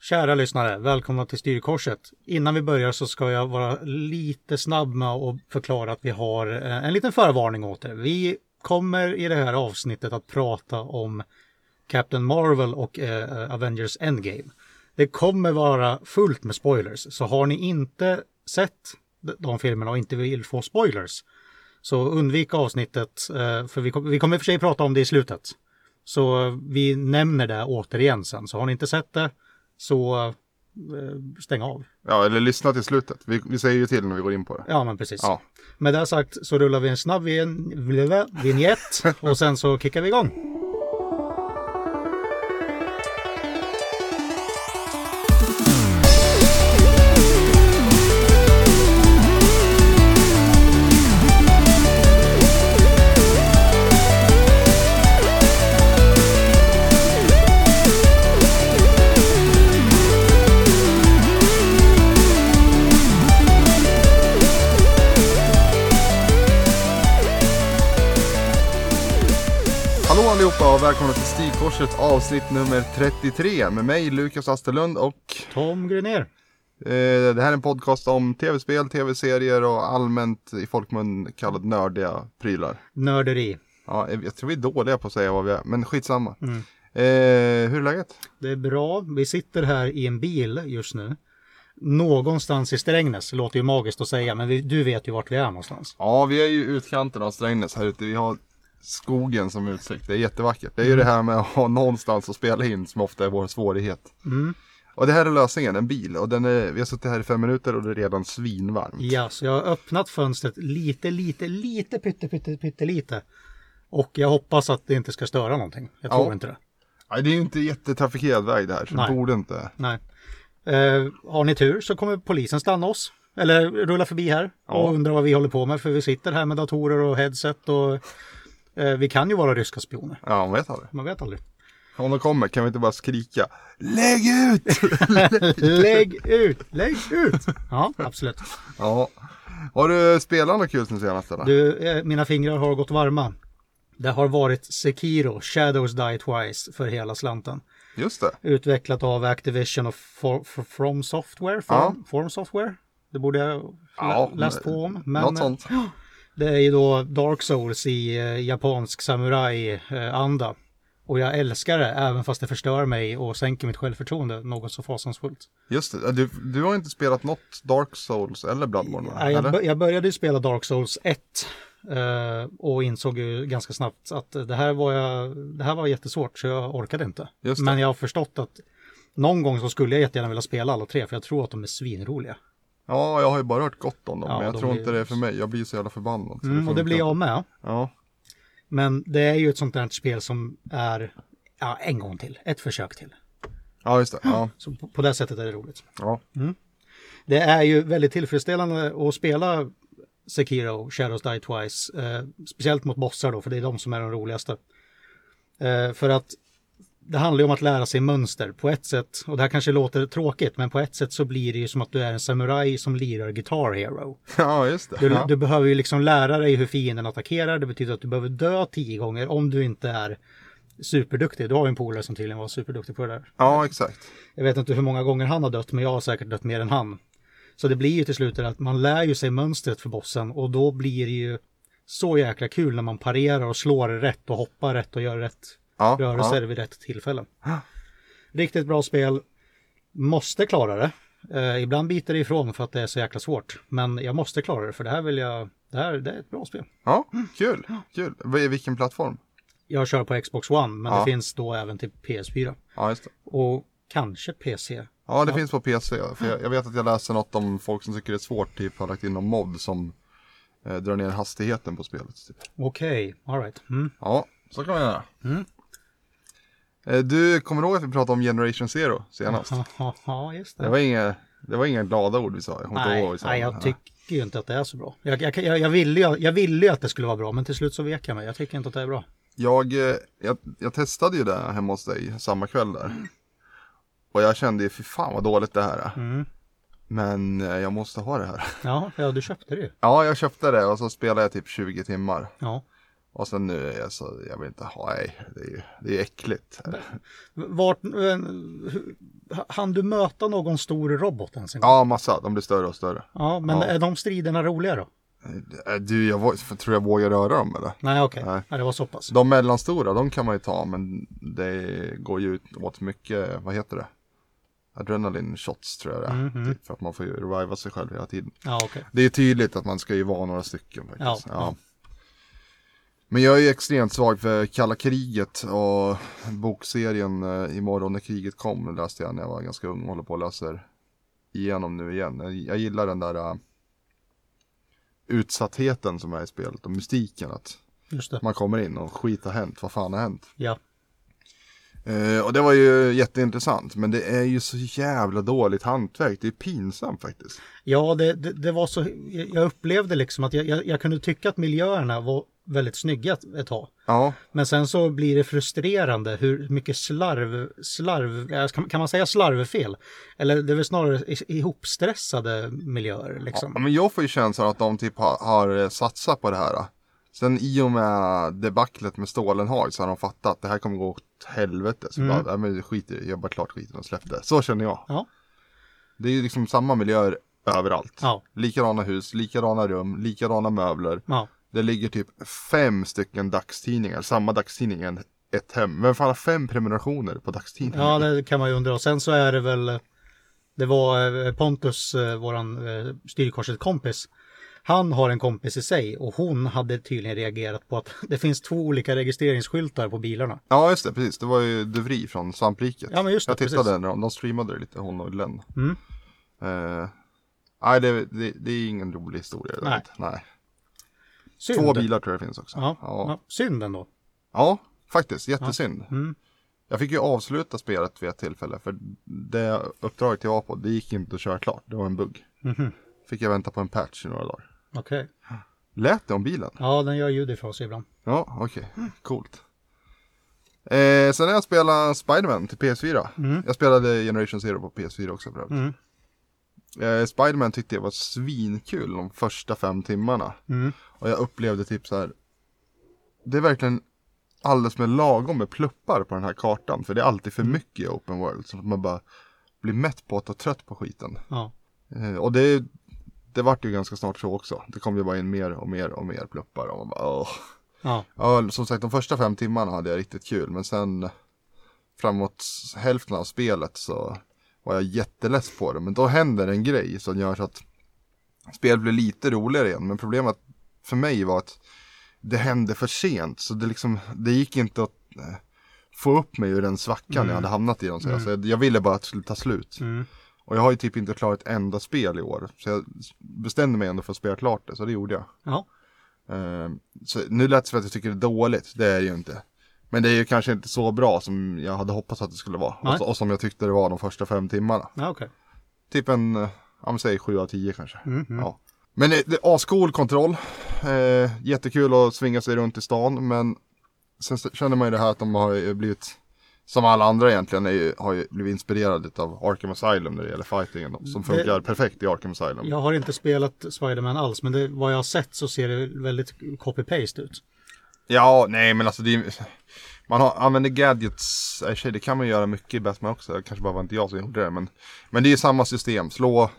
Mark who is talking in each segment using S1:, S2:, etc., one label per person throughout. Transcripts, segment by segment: S1: Kära lyssnare, välkomna till Styrkorset. Innan vi börjar så ska jag vara lite snabb med att förklara att vi har eh, en liten förvarning åt er. Vi kommer i det här avsnittet att prata om Captain Marvel och eh, Avengers Endgame. Det kommer vara fullt med spoilers, så har ni inte sett de- de filmerna och inte vill få spoilers så undvik avsnittet, eh, för vi, kom, vi kommer i och för sig prata om det i slutet. Så eh, vi nämner det återigen sen, så har ni inte sett det så eh, stäng av.
S2: Ja, eller lyssna till slutet. Vi, vi säger ju till när vi går in på det.
S1: Ja, men precis.
S2: Ja.
S1: Med det sagt så rullar vi en snabb vin- vleve- vignett och sen så kickar vi igång.
S2: Hallå allihopa och välkomna till Stigkorset avsnitt nummer 33 med mig Lukas Asterlund och
S1: Tom Grunér.
S2: eh, det här är en podcast om tv-spel, tv-serier och allmänt i folkmun kallad nördiga prylar.
S1: Nörderi.
S2: Ja, jag jag tror vi är dåliga på att säga vad vi är, men skitsamma. Eh, hur är läget?
S1: Det är bra. Vi sitter här i en bil just nu. Någonstans i Strängnäs, låter ju magiskt att säga, men vi, du vet ju vart vi är någonstans.
S2: Ja, vi är ju i utkanten av Strängnäs här ute. Vi har skogen som utsikt. Det är jättevackert. Det är
S1: Mm.
S2: ju det här med att ha någonstans att spela in som ofta är vår svårighet.
S1: Mm.
S2: Och det här är lösningen, en bil. Och den är, vi har suttit här i fem minuter och det är redan svinvarmt.
S1: Ja, så jag har öppnat fönstret lite, lite, lite, pytte, pytte, pytte lite. Och jag hoppas att det inte ska störa någonting. Jag tror
S2: Ja.
S1: inte det.
S2: Nej, det är ju inte jättetrafikerad väg det här, så
S1: Nej.
S2: det borde inte.
S1: Nej. Eh, har ni tur så kommer polisen stanna oss. Eller rulla förbi här och
S2: Ja.
S1: undra vad vi håller på med. För vi sitter här med datorer och headset och eh, vi kan ju vara ryska spioner.
S2: Ja, man vet aldrig.
S1: Man vet aldrig.
S2: Om de kommer kan vi inte bara skrika Lägg ut!
S1: Lägg ut! Lägg ut! Ja, absolut.
S2: ja. Har du spelat något kul sen senast eller?
S1: Du, eh, mina fingrar har gått varma. Det har varit Sekiro, Shadows Die Twice för hela slanten.
S2: Just det.
S1: Utvecklat av Activision och For, For, From Software. From,
S2: Ja.
S1: Form Software. Det borde jag
S2: Ja,
S1: ja, läst på om. Men eh,
S2: Något sånt.
S1: det är ju då Dark Souls i eh, japansk samurai-anda. Och jag älskar det, även fast det förstör mig och sänker mitt självförtroende något så fasansfullt.
S2: Just det. Du, du har inte spelat något Dark Souls eller Bloodborne? va?
S1: Ja, Jag,
S2: Eller?
S1: bör- jag började ju spela Dark Souls 1 eh, och insåg ju ganska snabbt att det här var, jag, det här var jättesvårt så jag orkade inte.
S2: Just det.
S1: Men jag har förstått att någon gång så skulle jag jättegärna vilja spela alla tre för jag tror att de är svinroliga.
S2: Ja, jag har ju bara hört gott om dem,
S1: Ja,
S2: men jag
S1: de
S2: tror
S1: är-
S2: inte det är för mig. Jag blir så jävla förbannad. så
S1: Mm, och det
S2: funkar
S1: blir jag
S2: inte.
S1: med.
S2: Ja,
S1: Men det är ju ett sånt där spel som är ja, en gång till, ett försök till.
S2: ja just det. Ja,
S1: Så på, på det sättet är det roligt.
S2: ja.
S1: Det är ju väldigt tillfredsställande att spela Sekiro, Shadows Die Twice. Eh, speciellt mot bossar då, för det är de som är de roligaste. Eh, för att det handlar ju om att lära sig mönster på ett sätt. Och det här kanske låter tråkigt, men på ett sätt så blir det ju som att du är en samuraj som lirar Guitar Hero.
S2: ja just det.
S1: Du,
S2: ja.
S1: du behöver ju liksom lära dig hur fienden attackerar. Det betyder att du behöver dö tio gånger om du inte är superduktig. Du har ju en polare som tydligen var superduktig på det där.
S2: ja, exakt.
S1: Jag vet inte hur många gånger han har dött, men jag har säkert dött mer än han. Så det blir ju till slut det att man lär ju sig mönstret för bossen och då blir det ju så jäkla kul när man parerar och slår rätt och hoppar rätt och gör rätt
S2: Ja,
S1: rörelser
S2: ja.
S1: vid rätt tillfälle.
S2: Ja.
S1: Riktigt bra spel. Måste klara det. Eh, ibland biter det ifrån för att det är så jäkla svårt. Men jag måste klara det för det här vill jag. Det här det är ett bra spel.
S2: ja kul. kul. Vil- Vilken plattform?
S1: Jag kör på Xbox One men det
S2: Ja.
S1: finns då även till PS4.
S2: Ja, just det.
S1: Och kanske PC.
S2: Ja, det finns på PC. För jag, jag vet att jag läste något om folk som tycker det är svårt, typ har lagt in någon mod som eh, drar ner hastigheten på spelet. Typ.
S1: Okej, all alright. Mm.
S2: Ja, så kan man göra. Eh, du, kommer du ihåg att vi pratade om Generation Zero senast?
S1: Ja, just det.
S2: Det var inga, det var liksom- inga glada ord vi sa. Jag kommer inte ihåg vad
S1: Nej,
S2: vi sa.
S1: nej, jag tycker ju inte att det är så bra. Jag, jag, jag, jag, ville ju, jag ville ju att det skulle vara bra, men till slut så vek jag mig. Jag tycker inte att det är bra.
S2: jag, eh, jag, jag testade ju det hemma hos dig samma kväll där. Och jag kände ju, fy fan vad dåligt det här är. Men eh, jag måste ha det här.
S1: Ja, ja du köpte det ju.
S2: Ja, jag köpte det och så spelade jag typ 20 timmar.
S1: Ja.
S2: Och sen nu är jag så, jag vill inte ha, nej, det är ju det är äckligt.
S1: Vart, eh, han du möta någon stor robot ens en gång?
S2: Ja, massa, de blir större och större.
S1: Ja, men
S2: Ja.
S1: är de striderna roliga då?
S2: Eh, Du, jag vå- tror jag vågar röra dem eller?
S1: Nej, okej.
S2: Nej.
S1: Nej, det var så pass.
S2: De mellanstora, de kan man ju ta, men det går ju ut åt mycket, vad heter det? Adrenalin shots tror jag det är. Typ, för att man får ju reviva sig själv hela tiden.
S1: Ja, okej.
S2: Det är tydligt att man ska ju vara några stycken faktiskt.
S1: Ja.
S2: Ja. Men jag är ju extremt svag för kalla kriget och bokserien eh, Imorgon när kriget kom läste jag när jag var ganska ung och håller på och läser igenom nu igen. Jag, jag gillar den där eh, utsattheten som är i spelet och mystiken att
S1: Just det.
S2: man kommer in och skit har hänt, vad fan har hänt?
S1: Ja.
S2: Eh, och det var ju jätteintressant men det är ju så jävla dåligt hantverk, det är pinsamt faktiskt.
S1: Ja, det, det, det var så. Jag upplevde liksom att jag, jag, jag kunde tycka att miljöerna var väldigt snygga ett- ett tag.
S2: Ja,
S1: Men sen så blir det frustrerande hur mycket slarv, slarv, eh, kan, kan man säga slarvfel? Eller det är väl snarare i- ihopstressade miljöer liksom.
S2: Ja, men jag får ju känslan att de typ har, har satsat på det här. Sen i och med debaclet med Stålenhag så har de fattat att det här kommer gå åt helvete. Så bara, nej men skit i det, jobba klart skiten och släpp det. Så känner jag.
S1: Mm. Ja.
S2: Det är ju liksom samma miljöer överallt.
S1: Ja.
S2: Likadana hus, likadana rum, likadana möbler.
S1: Ja,
S2: Det ligger typ fem stycken dagstidningar, samma dagstidning i ett hem. Vem fan har fem prenumerationer på dagstidningar?
S1: ja, det kan man ju undra. Och sen så är det väl, det var eh, Pontus, eh, våran eh, styrkorset kompis. Han har en kompis i sig och hon hade tydligen reagerat på att det finns två olika registreringsskyltar på bilarna.
S2: Ja just det, precis. Det var ju De Vries från Svampriket.
S1: Ja, men just det,
S2: jag tittade
S1: precis.
S2: när de, de streamade det lite, hon och Len.
S1: Mm.
S2: Eh, nej, det, det, det är ingen rolig historia.
S1: Nej.
S2: Nej. nej.
S1: Synd.
S2: Två bilar tror jag det finns också.
S1: Ja, ja.
S2: ja.
S1: synd ändå.
S2: Ja, faktiskt. Jättesynd.
S1: Mm.
S2: Jag fick ju avsluta spelet vid ett tillfälle för det uppdraget jag var på, det gick inte att köra klart. Det var en bugg.
S1: Mhm.
S2: Fick jag vänta på en patch i några dagar.
S1: Okej.
S2: Lät det om bilen?
S1: Ja, den gör ljud ifrån sig ibland.
S2: Ja, okej. Coolt. Eh, sen har jag spelat Spiderman till PS4. Jag spelade Generation Zero på PS4 också för övrigt. Eh, Spiderman tyckte jag var svinkul de första fem timmarna.
S1: Mm.
S2: Och jag upplevde typ så här. Det är verkligen alldeles med lagom med pluppar på den här kartan. För det är alltid för mycket i Open World. Så att man bara blir mätt på att och trött på skiten.
S1: Ja,
S2: Eh, och det, det vart ju ganska snart så också. Det kom ju bara in mer och mer och mer pluppar. Och man bara, åh.
S1: ja,
S2: Ja, som sagt de första fem timmarna hade jag riktigt kul men sen framåt hälften av spelet så var jag jätteless på det. Men då händer en grej som gör så att spelet blir lite roligare igen. Men problemet för mig var att det hände för sent så det, liksom, det gick inte att eh, få upp mig ur den svackan jag hade hamnat i. Dem, så jag, så jag ville bara att det skulle ta slut.
S1: Mm.
S2: Och jag har ju typ inte klarat ett enda spel i år. Så jag bestämde mig ändå för att spela klart det, så det gjorde jag.
S1: ja,
S2: Eh, så nu lät det som att jag tycker det är dåligt, det är det ju inte. Men det är ju kanske inte så bra som jag hade hoppats att det skulle vara.
S1: Nej.
S2: Och, och som jag tyckte det var de första fem timmarna.
S1: ja okej.
S2: Typ en, eh, ja men säg 7 av 10 kanske. Ja. Men det, det är ascool kontroll. Eh, jättekul att svinga sig runt i stan men sen så känner man ju det här att de har ju blivit som alla andra egentligen är ju, har ju blivit inspirerade av Arkham Asylum när det gäller fightingen som funkar perfekt i Arkham Asylum.
S1: Jag har inte spelat Spiderman alls, men det, vad jag har sett så ser det väldigt copy-paste ut.
S2: Ja, nej men alltså det är, Man har, använder gadgets, i och för sig, det kan man göra mycket i Batman också. Det kanske bara var inte jag som gjorde det. Men, men det är ju samma system, slå,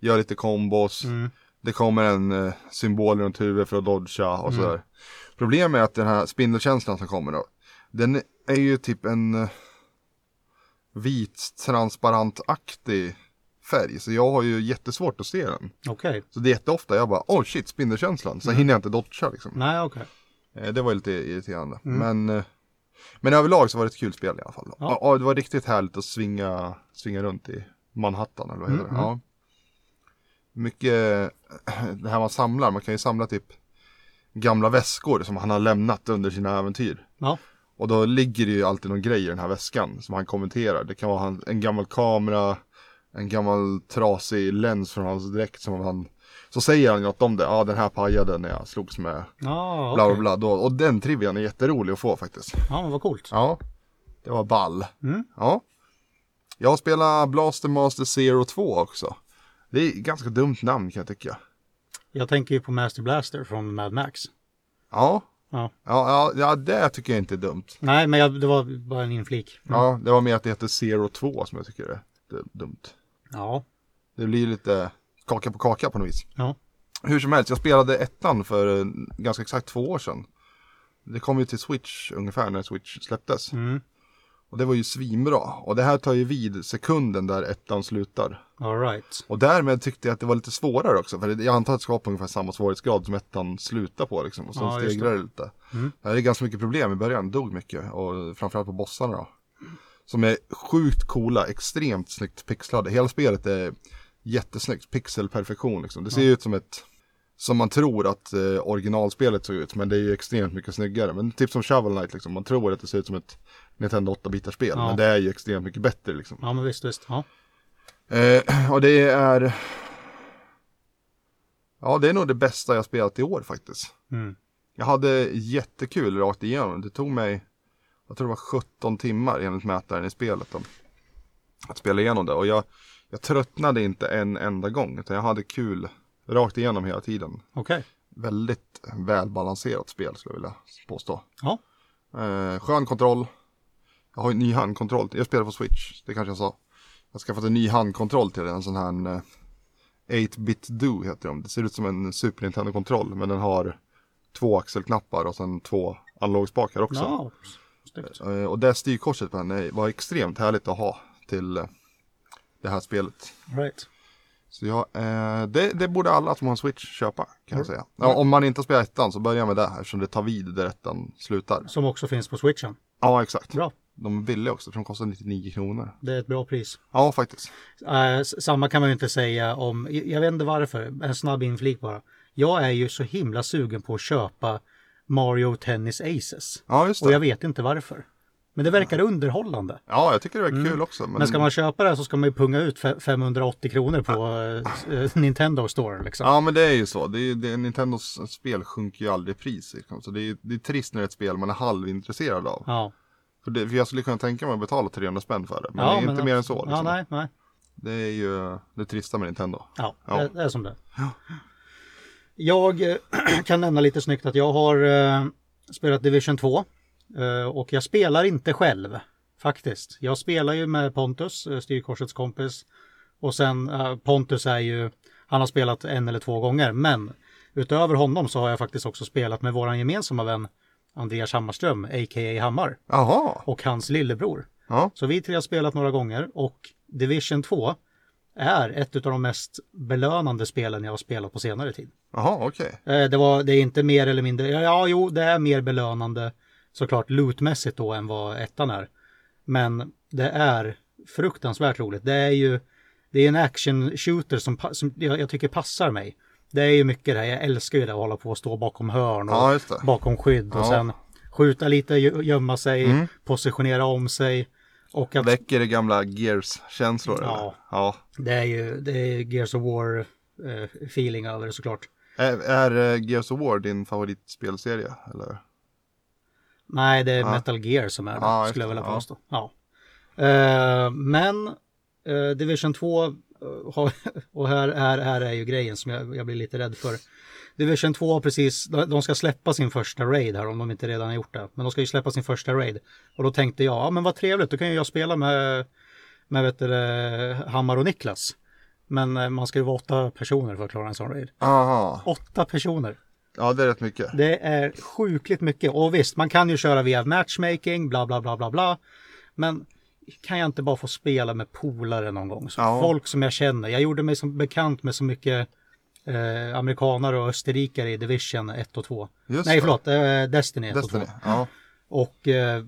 S2: gör lite kombos. Det kommer en eh, symbol runt huvudet för att dodga och sådär. Problemet är att den här spindelkänslan som kommer då. Den är ju typ en eh, vit transparentaktig färg. Så jag har ju jättesvårt att se den.
S1: Okej,
S2: Så det är jätteofta jag bara, oh shit, spindelkänslan. Så hinner jag inte dodga liksom.
S1: nej okej.
S2: Eh, Det var ju lite irriterande. Men, eh, men överlag så var det ett kul spel i alla fall.
S1: Ja.
S2: Ja. Och det var riktigt härligt att svinga, svinga runt i Manhattan eller vad heter det? Ja. Mycket eh, det här man samlar, man kan ju samla typ gamla väskor som han har lämnat under sina äventyr.
S1: Ja,
S2: Och då ligger det ju alltid någon grej i den här väskan som han kommenterar. Det kan vara han- en gammal kamera, en gammal trasig läns från hans dräkt som han... Så säger han ju något om det, ja den här pajade när jag slogs med
S1: ja
S2: bla
S1: okej.
S2: bla bla. Då, och den trivian är jätterolig att få faktiskt.
S1: Ja, men vad coolt.
S2: Ja, det var ball.
S1: Mm.
S2: Ja. Jag spelar Blaster Master Zero 2 också. Det är ett ganska dumt namn kan jag tycka.
S1: Jag tänker ju på Master Blaster från Mad Max.
S2: Ja,
S1: Ja.
S2: Ja, ja, ja, det tycker jag inte är dumt.
S1: Nej, men jag, det var bara en inflik.
S2: Ja, det var mer att det heter Zero 2 som jag tycker är d- dumt.
S1: Ja,
S2: Det blir lite kaka på kaka på något vis.
S1: ja.
S2: Hur som helst, jag spelade ettan för eh, ganska exakt två år sedan. Det kom ju till Switch ungefär när Switch släpptes.
S1: Mm.
S2: Och det var ju svinbra. Och det här tar ju vid sekunden där ettan slutar.
S1: All right.
S2: Och därmed tyckte jag att det var lite svårare också. För det- jag antar att det ska vara på ungefär samma svårighetsgrad som ettan slutar på liksom. Och sen
S1: Ja, just Mm.
S2: stegrar det lite. Jag hade ganska mycket problem i början, dog mycket. Och framförallt på bossarna då. Som är sjukt coola, extremt snyggt pixlade. Hela spelet är jättesnyggt, pixelperfektion liksom. Det ser ju ut som ett som man tror att eh, originalspelet såg ut, men det är ju extremt mycket snyggare. Men typ som Shovel Knight liksom, man tror att det ser ut som ett Nintendo 8-bitars spel,
S1: Ja.
S2: men det är ju extremt mycket bättre liksom.
S1: Ja, men visst, visst. Ja.
S2: Eh, och det är... Ja, det är nog det bästa jag spelat i år faktiskt.
S1: Mm.
S2: Jag hade jättekul rakt igenom. Det tog mig, jag tror det var 17 timmar enligt mätaren i spelet. Då, att spela igenom det. Och jag, jag tröttnade inte en enda gång. Utan jag hade kul rakt igenom hela tiden.
S1: Okej.
S2: Väldigt välbalanserat spel skulle jag vilja påstå.
S1: Ja.
S2: Eh, skön kontroll. Jag har ju en ny handkontroll. Jag spelar på Switch, det kanske jag sa. Jag har skaffat en ny handkontroll till den, en sån här eh, 8-bit do heter de. Det ser ut som en Super Nintendo-kontroll men den har två axelknappar och sen två analogspakar också.
S1: Ja, snyggt.
S2: Eh, och det styrkorset på den är- var extremt härligt att ha till eh, det här spelet.
S1: All Right.
S2: Så jag, eh, det, det borde alla som har en Switch köpa kan
S1: Mm.
S2: jag säga. Ja, om man inte har spelat ettan så börja med det här eftersom det tar vid där ettan slutar.
S1: Som också finns på switchen.
S2: Ja exakt.
S1: Bra.
S2: De är billiga också för de kostar 99 kronor.
S1: Det är ett bra pris.
S2: Ja faktiskt.
S1: Eh, s- samma kan man ju inte säga om, jag jag vet inte varför, en snabb inflik bara. Jag är ju så himla sugen på att köpa Mario Tennis Aces.
S2: Ja just
S1: Och jag
S2: det.
S1: vet inte varför. Men det verkar underhållande.
S2: Ja jag tycker det är kul också. Men,
S1: Mm. Men ska man köpa det här så ska man ju punga ut fe- 580 kronor på eh, s- eh, Nintendo Store liksom.
S2: Ja men det är ju så. Det är, det är, Nintendos spel sjunker ju aldrig i pris. Liksom. Så det är, det är trist när det är ett spel man är halvintresserad av.
S1: Ja,
S2: För, det, för jag skulle kunna tänka mig att betala 300 spänn för det. Men det är inte mer än så.
S1: Ja,
S2: Liksom.
S1: nej, nej.
S2: det är ju det trista med Nintendo.
S1: Ja,
S2: Ja.
S1: Det, det är som det Jag eh, kan nämna lite snyggt att jag har eh, spelat Division 2 eh, och jag spelar inte själv faktiskt. Jag spelar ju med Pontus, eh, styrkorsets kompis och sen eh, Pontus är ju, han har spelat en eller två gånger men utöver honom så har jag faktiskt också spelat med våran gemensamma vän Andreas Hammarström, a.k.a. Hammar
S2: Jaha.
S1: och hans lillebror.
S2: Ja.
S1: Så vi tre har spelat några gånger och Division 2 är ett av de mest belönande spelen jag har spelat på senare tid.
S2: Jaha okej.
S1: Eh, Det, var, det är inte mer eller mindre, ja, ja jo det är mer belönande såklart lootmässigt då än vad ettan är. Men det är fruktansvärt roligt. Det är ju det är en action shooter som, pa- som jag, jag tycker passar mig. Det är ju mycket det här, jag älskar ju det att hålla på och stå bakom hörn och
S2: Ja, just det.
S1: bakom skydd och
S2: Ja.
S1: sen
S2: Mm.
S1: skjuta lite, gö- gömma sig, positionera om sig. Och att
S2: Väcker det gamla Gears-känslor?
S1: Ja.
S2: eller? ja.
S1: Det är ju det är Gears of War eh, feeling över det såklart.
S2: Är, är eh, Gears of War din favoritspelserie? Eller?
S1: Nej, det är Metal Gear som är det,
S2: Ja, just
S1: skulle jag
S2: det,
S1: vilja
S2: ja.
S1: påstå. Ja. Eh, men eh, Division 2, eh, har, och här, här, här är ju grejen som jag, jag blir lite rädd för. Division 2 har precis, de de ska släppa sin första raid här om de inte redan har gjort det. Men de ska ju släppa sin första raid. Och då tänkte jag, ja men vad trevligt, då kan ju jag spela med, med vet du, det, Hammar och Niklas. Men eh, man ska ju vara åtta personer för att klara en sån raid.
S2: Aha.
S1: Åtta personer!
S2: Ja, det är rätt mycket.
S1: Det är sjukligt mycket. Och visst, man kan ju köra via matchmaking, bla bla bla bla bla. Men kan jag inte bara få spela med polare någon gång? Så
S2: Ja.
S1: Folk som jag känner. Jag gjorde mig som bekant med så mycket eh, amerikanare och österrikare i Division 1 och 2.
S2: Just
S1: Nej,
S2: det.
S1: förlåt, eh, Destiny 1
S2: Destiny.
S1: och 2.
S2: Ja.
S1: Och eh,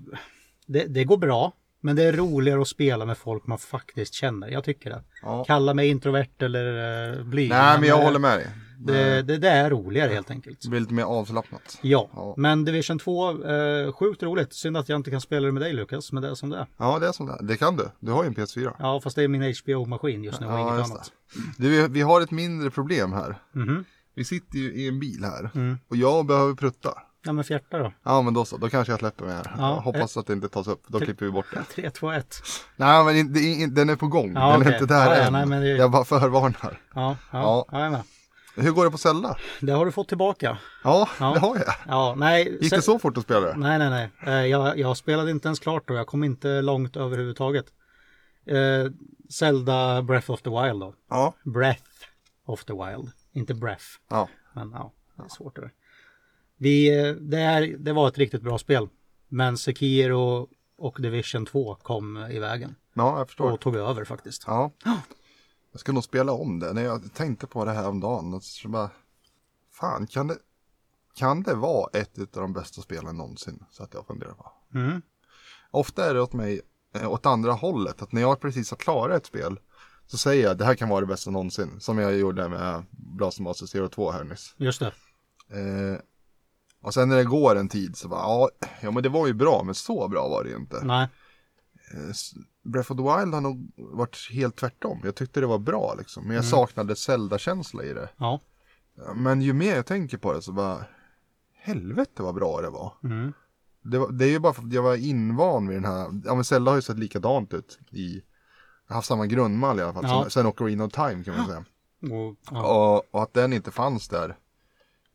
S1: det, det går bra. Men det är roligare att spela med folk man faktiskt känner. Jag tycker det.
S2: Ja.
S1: Kalla mig introvert eller eh, blyg.
S2: Nej, men jag
S1: eh,
S2: håller med dig.
S1: Det, det, det är roligare helt enkelt.
S2: Det blir lite mer avslappnat.
S1: Ja,
S2: Ja.
S1: men Division 2, eh, sjukt roligt. Synd att jag inte kan spela det med dig Lukas, men det är som det är.
S2: Ja, det är sånt där. Det kan du. Du har ju en PS4.
S1: Ja, fast det är min HBO-maskin just nu och
S2: Ja,
S1: inget
S2: just
S1: annat.
S2: det. Du, vi har ett mindre problem här.
S1: Mhm. Mm.
S2: Vi sitter ju i en bil här och jag behöver prutta.
S1: Ja, men fjärta då.
S2: Ja, men då så. Då kanske jag släpper mig här.
S1: Ja.
S2: Jag hoppas att det inte tas upp. Då klipper vi bort det.
S1: 3, 2, 1.
S2: Nej, men in- det är in- den är på gång.
S1: Ja,
S2: den är
S1: okej.
S2: inte där
S1: Ja, ja,
S2: än.
S1: nej, men det-
S2: Jag bara förvarnar.
S1: Ja, ja,
S2: Ja.
S1: ja. jag är med.
S2: Hur går det på Zelda?
S1: Det har du fått tillbaka.
S2: Ja,
S1: Ja.
S2: det har jag.
S1: Ja, nej.
S2: Gick det
S1: se-
S2: så fort att spela det?
S1: Nej, nej, nej. Eh, Jag, jag spelade inte ens klart då. Jag kom inte långt överhuvudtaget. Eh, Zelda Breath of the Wild då.
S2: Ja.
S1: Breath of the Wild. Inte breath,
S2: ja.
S1: men ja, det är svårt det där. Vi, eh, det, här, det var ett riktigt bra spel. Men Sekiro och Division 2 kom eh, i vägen
S2: Ja, jag förstår.
S1: och tog över faktiskt.
S2: Ja. Jag ska nog spela om det. När jag tänkte på det här om dagen. och Så bara, fan, kan det, kan det vara ett av de bästa spelen någonsin? Så att jag funderar på.
S1: Mm.
S2: Ofta är det åt mig, eh, åt andra hållet. Att när jag precis har klarat ett spel. Så säger jag, det här kan vara det bästa någonsin. Som jag gjorde med Blaster Master Zero 2 här nyss.
S1: Just det.
S2: Eh, och sen när det går en tid så bara, ja, ja men det var ju bra, men så bra var det ju inte.
S1: Nej,
S2: Eh, s- Breath of the Wild har nog varit helt tvärtom. Jag tyckte det var bra liksom. Men jag
S1: Mm.
S2: saknade Zelda-känsla i det.
S1: ja.
S2: Men ju mer jag tänker på det så bara... Helvete vad bra det var.
S1: Mm.
S2: Det, var, det är ju bara för att jag var invan vid den här... Ja men Zelda har ju sett likadant ut i... Jag har haft samma grundmall i alla fall.
S1: Ja.
S2: Sen, sen Ocarina of Time kan man säga.
S1: Och, ja.
S2: Och, och att den inte fanns där.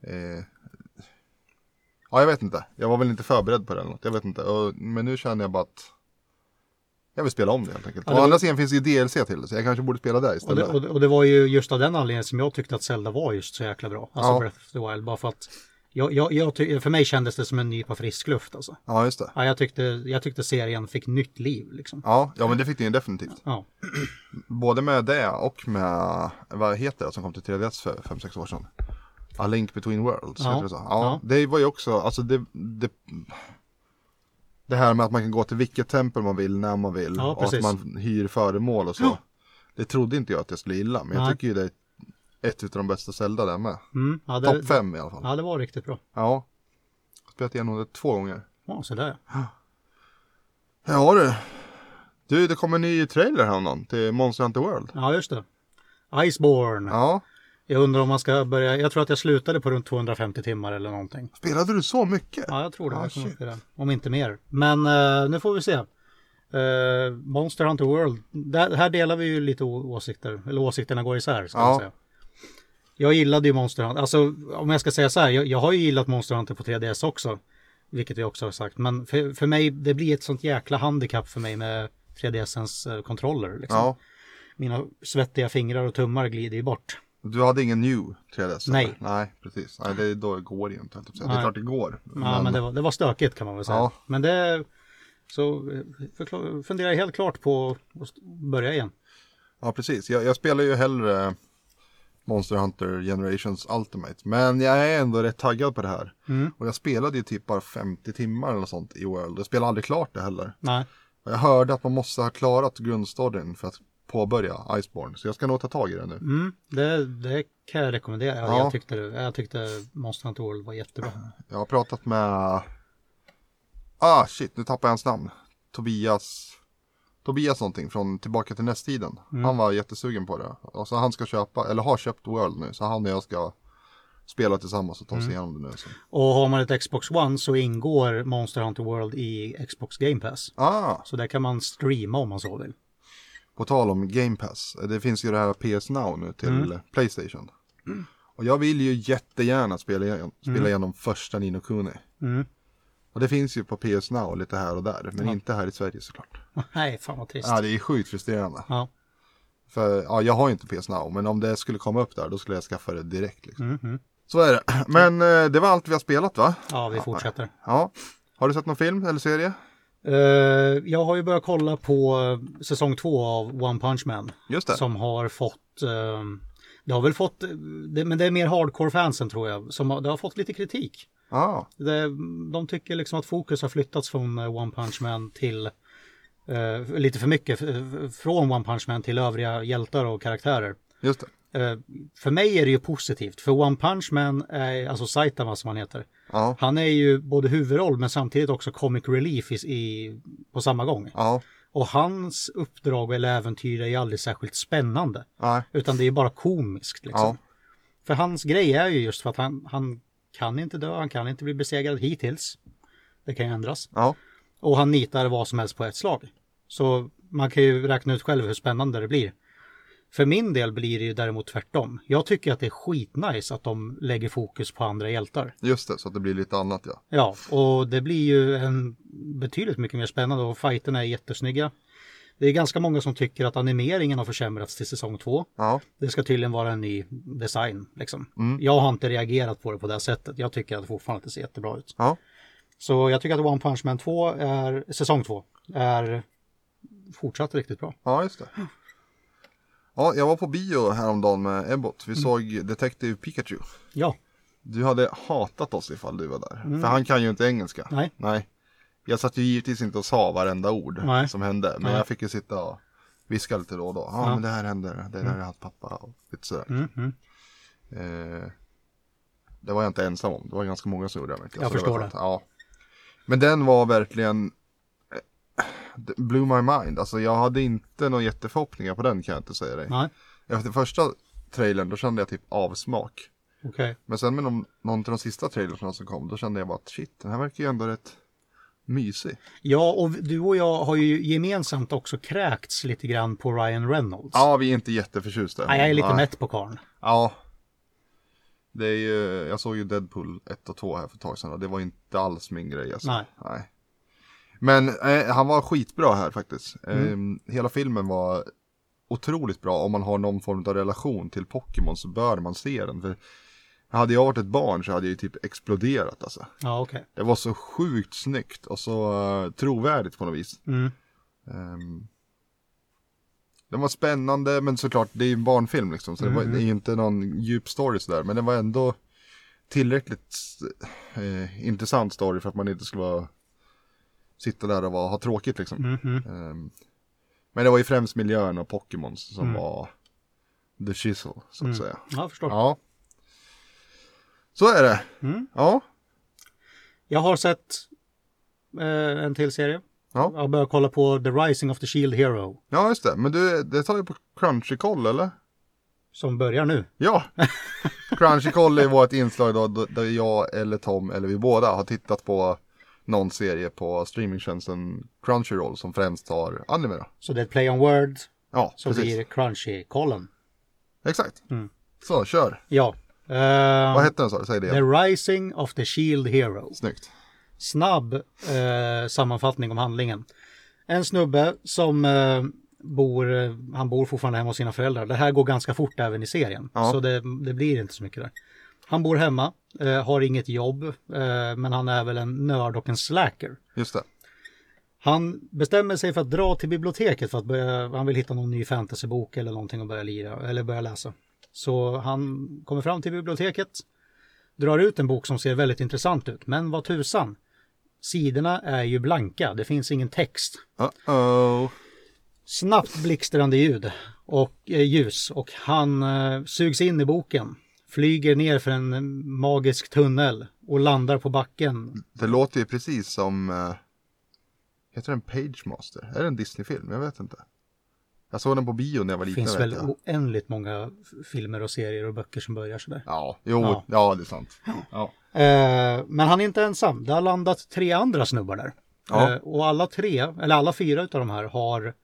S2: Eh, ja, jag vet inte. Jag var väl inte förberedd på det eller något. Jag vet inte. Och, men nu känner jag bara att jag vill spela om det helt enkelt.
S1: Ja,
S2: Å
S1: det var-
S2: andra sidan finns det ju DLC till det, så jag kanske borde spela där
S1: Och det,
S2: istället.
S1: och, det, och det var ju just av den anledningen som jag tyckte att Zelda var just så jäkla bra. Alltså
S2: Ja.
S1: Breath of the Wild. Bara för att jag, jag, jag ty- för mig kändes det som en nypa frisk luft alltså.
S2: Ja, just det.
S1: Ja, jag, tyckte, jag tyckte serien fick nytt liv liksom.
S2: Ja, ja, men det fick det ju definitivt.
S1: Ja,
S2: Både med det och med, vad heter det som kom till 3DS för 5-6 år sedan? A Link Between Worlds,
S1: Ja.
S2: heter det så? Ja,
S1: Ja.
S2: det var ju också, alltså det, det, det här med att man kan gå till vilket tempel man vill, när man vill
S1: Ja,
S2: och att
S1: precis.
S2: man hyr föremål och så. Det trodde inte jag att jag skulle gilla, men jag
S1: Nej.
S2: tycker ju det är ett utav de bästa Zelda där med.
S1: mm, ja, det,
S2: Topp 5 i alla fall. Ja.
S1: ja, det var riktigt bra.
S2: Spelat igenom det två gånger.
S1: Ja, så där.
S2: Ja du. Du, det kommer en ny trailer häromdagen till Monster Hunter World.
S1: ja, just det. Iceborne.
S2: Ja,
S1: Jag undrar om man ska börja. Jag tror att jag slutade på runt 250 timmar eller någonting.
S2: spelade du så mycket?
S1: Ja, jag tror det.
S2: Ah,
S1: Jag kommer
S2: shit.
S1: upp i den. Om inte mer. Men eh, nu får vi se. Eh, Monster Hunter World. Där, här delar vi ju lite å- åsikter. Eller åsikterna går isär. Ska
S2: Ja.
S1: jag, säga. jag gillade ju Monster Hunter. Alltså om jag ska säga så här. Jag, jag har ju gillat Monster Hunter på 3DS också. Vilket vi också har sagt. Men för, för mig, det blir ett sånt jäkla handikapp för mig med 3DSens eh, kontroller. Liksom.
S2: Ja,
S1: Mina svettiga fingrar och tummar glider ju bort.
S2: du hade ingen new 3DS? eller?
S1: Nej.
S2: Nej, precis. Nej, det, då går det ju inte. höll jag på att säga. Det är
S1: Nej.
S2: klart det går.
S1: Ja, men det var, det var stökigt kan man väl säga.
S2: Ja.
S1: Men det... Så eh, förkla- funderar jag helt klart på att st- börja igen.
S2: ja precis. Jag, jag spelar ju hellre Monster Hunter Generations Ultimate. Men jag är ändå rätt taggad på det här.
S1: Mm.
S2: Och jag spelade ju typ bara 50 timmar eller sånt i World. Jag spelade aldrig klart det heller.
S1: Nej,
S2: Och jag hörde att man måste ha klarat grundstoryn för att påbörja Iceborne. Så jag ska nog ta tag i det nu.
S1: mm, det, det kan jag rekommendera. Ja.
S2: Ja.
S1: Jag, tyckte, det- jag tyckte Monster Hunter World var jättebra.
S2: Jag har pratat med... Ah shit, nu tappar jag hans namn. Tobias... Tobias någonting från Tillbaka till nästtiden. Han var jättesugen på det. Och så han ska köpa, eller har köpt World nu. Så han och jag ska spela tillsammans och ta oss igenom det nu. Så.
S1: Och har man ett Xbox One så ingår Monster Hunter World i Xbox Game Pass.
S2: Ah,
S1: Så där kan man streama om man så vill.
S2: på tal om Game Pass. Det finns ju det här PS Now nu till Playstation. Och jag vill ju jättegärna spela, igen, spela igenom första Nino Kuni.
S1: Mm.
S2: Och det finns ju på PS Now lite här och där. Men inte här i Sverige såklart.
S1: Nej, fan vad trist.
S2: Ja, det är sjukt frustrerande.
S1: Ja.
S2: För ja, jag har ju inte PS Now, men om det skulle komma upp där då skulle jag skaffa det direkt. Liksom. Så är det. Men eh, det var allt vi har spelat va?
S1: ja, vi fortsätter.
S2: Ja. Har du sett någon film eller serie?
S1: Eh, jag har ju börjat kolla på eh, säsong två av One Punch Man.
S2: Just det.
S1: Som har fått, eh, det har väl fått, eh, det, men det är mer hardcore fansen tror jag, som har, det har fått lite kritik.
S2: Ja,
S1: Det, de tycker liksom att fokus har flyttats från eh, One Punch Man till, eh, lite för mycket, f- från One Punch Man till övriga hjältar och karaktärer.
S2: just det.
S1: Eh, för mig är det ju positivt, för One Punch Man, är, alltså Saitama som han heter,
S2: Ja,
S1: han är ju både huvudroll men samtidigt också comic relief i, i, på samma gång.
S2: ja,
S1: Och hans uppdrag eller äventyr är ju aldrig särskilt spännande.
S2: nej,
S1: Utan det är ju bara komiskt liksom.
S2: ja,
S1: För hans grej är ju just för att han, han kan inte dö, han kan inte bli besegrad hittills. Det kan ju ändras.
S2: ja,
S1: Och han nitar vad som helst på ett slag. Så man kan ju räkna ut själv hur spännande det blir. För min del blir det ju däremot tvärtom. Jag tycker att det är skitnice att de lägger fokus på andra hjältar.
S2: Just det, så att det blir lite annat ja.
S1: Ja, och det blir ju en betydligt mycket mer spännande och fighterna är jättesnygga. Det är ganska många som tycker att animeringen har försämrats till säsong två.
S2: Ja,
S1: Det ska tydligen vara en ny design. Liksom.
S2: Mm.
S1: Jag har inte reagerat på det på det här sättet. Jag tycker att det fortfarande inte ser jättebra ut.
S2: ja.
S1: Så jag tycker att One Punch Man 2 är, säsong 2 är fortsatt riktigt bra.
S2: ja just det. Ja, jag var på bio häromdagen med Ebbot. Vi såg Detective Pikachu.
S1: Ja,
S2: Du hade hatat oss ifall du var där. För han kan ju inte engelska.
S1: Mm. Nej.
S2: Nej. Jag satt ju givetvis inte och sa varenda ord
S1: Nej.
S2: som hände. Men
S1: Nej.
S2: jag fick ju sitta och viska lite då och då. Ja, men det här händer. Det
S1: Mm.
S2: där är hans pappa. Och lite sådär.
S1: Mm.
S2: Eh, det var jag inte ensam om. Det var ganska många som gjorde det. verkligen.
S1: Jag
S2: Så
S1: förstår
S2: var
S1: det.
S2: skönt. Ja. Men den var verkligen... eh, det Blew my mind. Alltså jag hade inte några jätteförhoppningar på den kan jag inte säga dig.
S1: nej,
S2: Efter första trailern då kände jag typ avsmak.
S1: okej.
S2: Men sen med de, någon av de sista trailersna som kom, då kände jag bara att shit, den här verkar ju ändå rätt mysig.
S1: Ja, och du och jag har ju gemensamt också kräkts lite grann på Ryan Reynolds.
S2: Ja, vi är inte jätteförtjusta.
S1: Nej, jag är lite
S2: Nej.
S1: mätt på karln.
S2: Ja. Det är ju, jag såg ju Deadpool 1 och 2 här för ett tag sedan och det var inte alls min grej alltså.
S1: Nej.
S2: Men eh, han var skitbra här faktiskt.
S1: Mm.
S2: Ehm, hela filmen var otroligt bra. Om man har någon form av relation till Pokémon så bör man se den. För hade jag varit ett barn så hade jag ju typ exploderat alltså.
S1: Ja, okej.
S2: Det var så sjukt snyggt och så eh, trovärdigt på något vis.
S1: Mm.
S2: Ehm, den var spännande men såklart det är ju en barnfilm liksom
S1: Mm,
S2: så det, var, det är ju inte någon djup story sådär men den var ändå tillräckligt eh, intressant story för att man inte skulle vara, sitta där och vara, ha tråkigt liksom.
S1: Mm,
S2: Ehm, men det var ju främst miljön och Pokémons som var the chisel så att säga.
S1: Mm. Ja, Mm. jag förstår.
S2: Ja. Så är det. Ja.
S1: Jag har sett eh, en till serie.
S2: Ja.
S1: Jag börjar kolla på The Rising of the Shield Hero
S2: Ja, just det. Men du, det tar ju på Crunchyroll, eller?
S1: som börjar nu.
S2: Ja! Crunchyroll är vårt inslag då, då- där jag eller Tom eller vi båda har tittat på någon serie på streamingtjänsten Crunchyroll som främst har anime då.
S1: Så det är ett play on word
S2: Ja,
S1: som
S2: precis.
S1: blir Crunchy-kollen.
S2: Exakt. Så, kör.
S1: Ja. ehm,
S2: Vad hette den sa du? Säg det
S1: The
S2: igen.
S1: Rising of the Shield Hero.
S2: Snyggt.
S1: snabb eh, sammanfattning om handlingen. En snubbe som eh, bor, eh, han bor fortfarande hemma hos sina föräldrar. Det här går ganska fort även i serien.
S2: Ja.
S1: Så det, det blir inte så mycket där. Han bor hemma, eh, har inget jobb, eh, men han är väl en nörd och en slacker.
S2: Just det.
S1: Han bestämmer sig för att dra till biblioteket för att börja, han vill hitta någon ny fantasybok eller någonting att börja lira eller börja läsa. Så han kommer fram till biblioteket, drar ut en bok som ser väldigt intressant ut, men vad tusan. Sidorna är ju blanka, det finns ingen text.
S2: Uh-oh.
S1: Snabbt blixtrande ljud och eh, ljus och han eh, sugs in i boken, flyger ner för en magisk tunnel och landar på backen.
S2: Det låter ju precis som... eh, heter den Pagemaster? Är det en Disney-film? Jag vet inte. Jag såg den på bio när jag var
S1: Det
S2: liten.
S1: finns
S2: vet
S1: väl
S2: jag.
S1: oändligt många f- filmer och serier och böcker som börjar sådär.
S2: Ja, jo,
S1: Ja.
S2: ja. det är sant. Ja.
S1: Eh, men han är inte ensam. Det har landat tre andra snubbar där.
S2: Ja.
S1: Eh, och alla tre, eller alla fyra utav de här har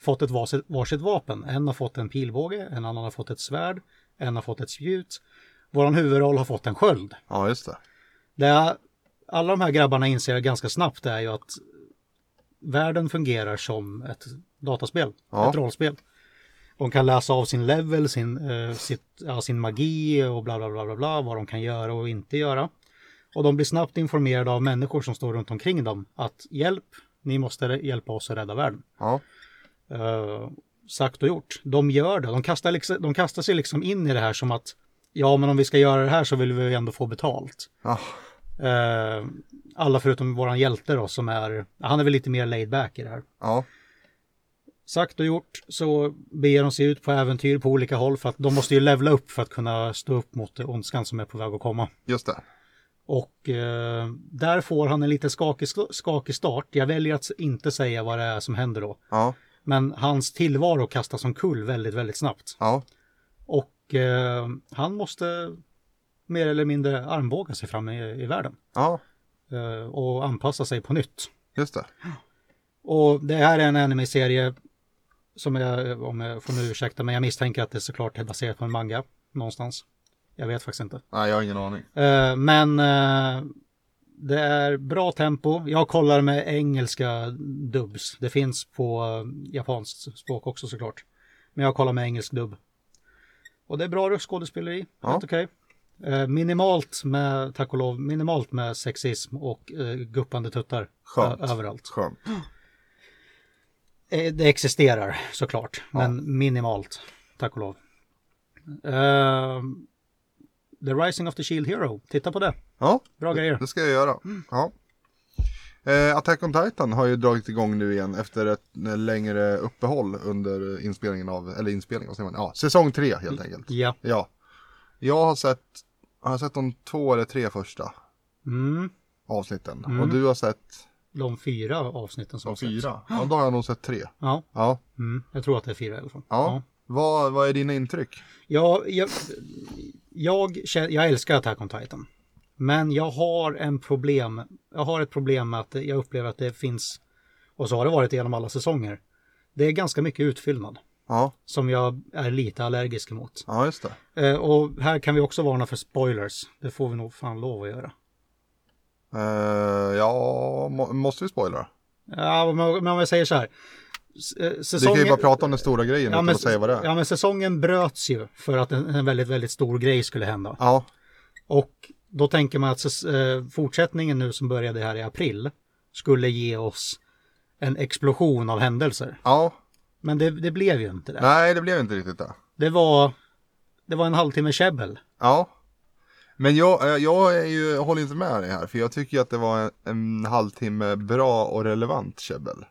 S1: fått ett varsitt, varsitt vapen. En har fått en pilbåge, en annan har fått ett svärd, en har fått ett spjut. Våran huvudroll har fått en sköld.
S2: ja, just det.
S1: Det är, alla de här grabbarna inser ganska snabbt är ju att världen fungerar som ett dataspel,
S2: Ja.
S1: ett rollspel. De kan läsa av sin level, sin, eh, sitt, ja, sin magi och bla bla bla bla bla, vad de kan göra och inte göra. Och de blir snabbt informerade av människor som står runt omkring dem att hjälp, ni måste hjälpa oss att rädda världen.
S2: Ja,
S1: Eh, sagt och gjort. De gör det. De kastar, liksom, de kastar sig liksom in i det här som att ja, men om vi ska göra det här så vill vi ju ändå få betalt.
S2: ja,
S1: Eh, alla förutom våran hjälte då som är, han är väl lite mer laid back i det här.
S2: ja,
S1: Sagt och gjort så beger de sig ut på äventyr på olika håll för att de måste ju levla upp för att kunna stå upp mot ondskan som är på väg att komma.
S2: just det.
S1: Och eh, där får han en lite skakig, skakig start. Jag väljer att inte säga vad det är som händer då.
S2: Ja,
S1: Men hans tillvaro kastas omkull väldigt, väldigt snabbt.
S2: ja,
S1: Och eh, han måste mer eller mindre armbåga sig fram i, i världen.
S2: ja,
S1: Eh, och anpassa sig på nytt.
S2: just det.
S1: Och det här är en anime-serie. Som jag, om jag får nu ursäkta, men jag misstänker att det såklart är baserat på en manga någonstans. Jag vet faktiskt inte.
S2: Nej, jag har ingen aning.
S1: Eh, men eh, det är bra tempo. Jag kollar med engelska dubbs. Det finns på eh, japanskt språk också såklart. Men jag kollar med engelsk dubb. Och det är bra skådespeleri.
S2: Ja.
S1: Helt okej. Eh, minimalt med, tack och lov, minimalt med sexism och eh, guppande tuttar.
S2: Skönt.
S1: ö- Överallt.
S2: Skönt.
S1: Eh, Det existerar såklart,
S2: Ja.
S1: men minimalt, tack och lov. Eh, the Rising of the Shield Hero, titta på det.
S2: Ja,
S1: Bra grejer.
S2: det ska jag göra. Ja. Eh, Attack on Titan har ju dragit igång nu igen efter ett eh, längre uppehåll under inspelningen av, eller inspelningen, vad säger man? Ja, säsong tre helt enkelt.
S1: Ja.
S2: Ja. Jag har sett, jag har sett de två eller tre första
S1: Mm,
S2: avsnitten. Och du har sett
S1: de fyra avsnitten som har setts.
S2: Ja, då har jag nog sett tre.
S1: Ja,
S2: Ja.
S1: mm, jag tror att det är fyra i alla fall.
S2: ja. Vad, vad är dina intryck?
S1: Ja, jag, jag, kä- jag älskar Attack on Titan. Men jag har en problem. Jag har ett problem med att jag upplever att det finns, och så har det varit genom alla säsonger. Det är ganska mycket utfyllnad
S2: Ja,
S1: som jag är lite allergisk emot.
S2: ja just det.
S1: Eh, och här kan vi också varna för spoilers. Det får vi nog fan lov att göra.
S2: Eh, ja, må, måste vi spoila?
S1: Ja, men men om jag säger så här. S- eh,
S2: Du kan
S1: Säsongen...
S2: ju bara prata om den stora grejen
S1: ja,
S2: utan
S1: men,
S2: att säga vad det är.
S1: ja, men säsongen bröts ju för att en, en väldigt, väldigt stor grej skulle hända.
S2: Ja,
S1: Och då tänker man att säs- eh, fortsättningen nu som började här i april skulle ge oss en explosion av händelser.
S2: ja.
S1: Men det, det blev ju inte det.
S2: Nej, det blev inte riktigt det.
S1: Det var, det var en halvtimme käbbel.
S2: Ja. Men jag, eh, jag, är ju, jag håller inte med dig här, för jag tycker ju att det var en, en halvtimme bra och relevant käbbel.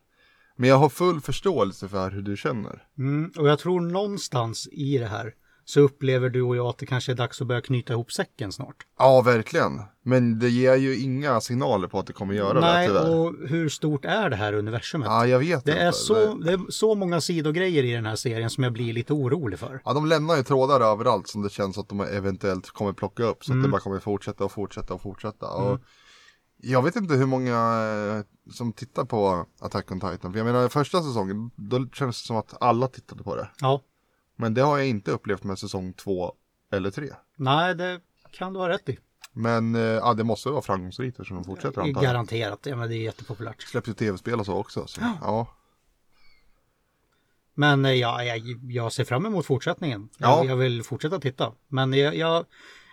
S2: Men jag har full förståelse för hur du känner.
S1: Mm, och jag tror någonstans i det här så upplever du och jag att det kanske är dags att börja knyta ihop säcken snart.
S2: Ja, verkligen. Men det ger ju inga signaler på att det kommer göra det,
S1: Nej,
S2: tyvärr.
S1: och hur stort är det här universumet?
S2: Ja, jag vet
S1: det,
S2: inte.
S1: är så, det är så många sidogrejer i den här serien som jag blir lite orolig för.
S2: Ja, de lämnar ju trådar överallt som det känns att de eventuellt kommer plocka upp. Så att det bara kommer fortsätta och fortsätta och fortsätta. Och jag vet inte hur många eh, som tittar på Attack on Titan. För jag menar, första säsongen, då känns det som att alla tittade på det.
S1: Ja,
S2: Men det har jag inte upplevt med säsong två eller tre.
S1: nej, det kan du ha rätt i.
S2: Men eh, ja, det måste vara framgångsrikt eftersom de fortsätter antar jag.
S1: Garanterat, ja, men det är jättepopulärt.
S2: Släpps ju tv-spel och så också. Så, ja.
S1: Men eh, ja, jag, jag ser fram emot fortsättningen.
S2: Ja.
S1: Jag, jag vill fortsätta titta. Men jag, jag,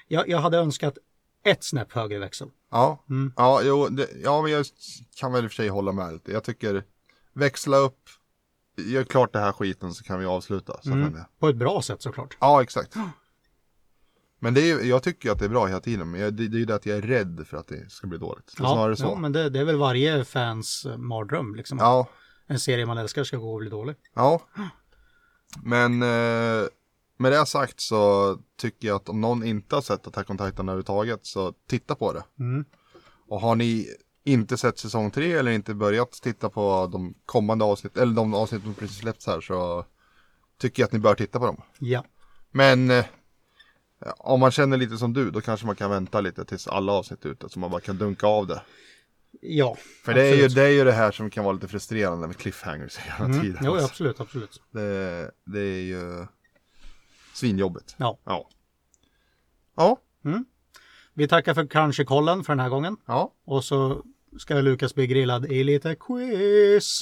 S1: jag, jag hade önskat ett snäpp högre växel.
S2: Ja,
S1: Mm.
S2: ja, jo, det, ja, men jag kan väl i och för sig hålla med lite. Jag tycker växla upp, gör klart det här skiten så kan vi avsluta.
S1: Mm.
S2: Så kan vi.
S1: På ett bra sätt såklart.
S2: Ja, exakt. Men det är, ju- jag tycker ju att det är bra hela tiden, men jag, det, det är ju det att jag är rädd för att det ska bli dåligt. Så snarare så.
S1: ja, men det, det är väl varje fans eh, mardröm liksom.
S2: Ja,
S1: En serie man älskar ska gå och bli dålig.
S2: ja. Men eh, med det sagt så tycker jag att om någon inte har sett Attack on Titan överhuvudtaget så titta på det.
S1: Mm.
S2: Och har ni inte sett säsong 3 eller inte börjat titta på de kommande avsnitt eller de avsnitt som precis släppts här så tycker jag att ni bör titta på dem.
S1: Ja.
S2: Men eh, om man känner lite som du då kanske man kan vänta lite tills alla avsnitt är ute så man bara kan dunka av det.
S1: Ja.
S2: För det är, ju,
S1: absolut. Mm.
S2: det är ju det här som kan vara lite frustrerande med cliffhangers hela tiden.
S1: Jo, absolut, absolut.
S2: det, det är ju svinjobbigt.
S1: Ja.
S2: Ja. Ja.
S1: Vi tackar för kanske-kollen för den här gången.
S2: ja.
S1: Och så ska Lukas bli grillad i lite quiz.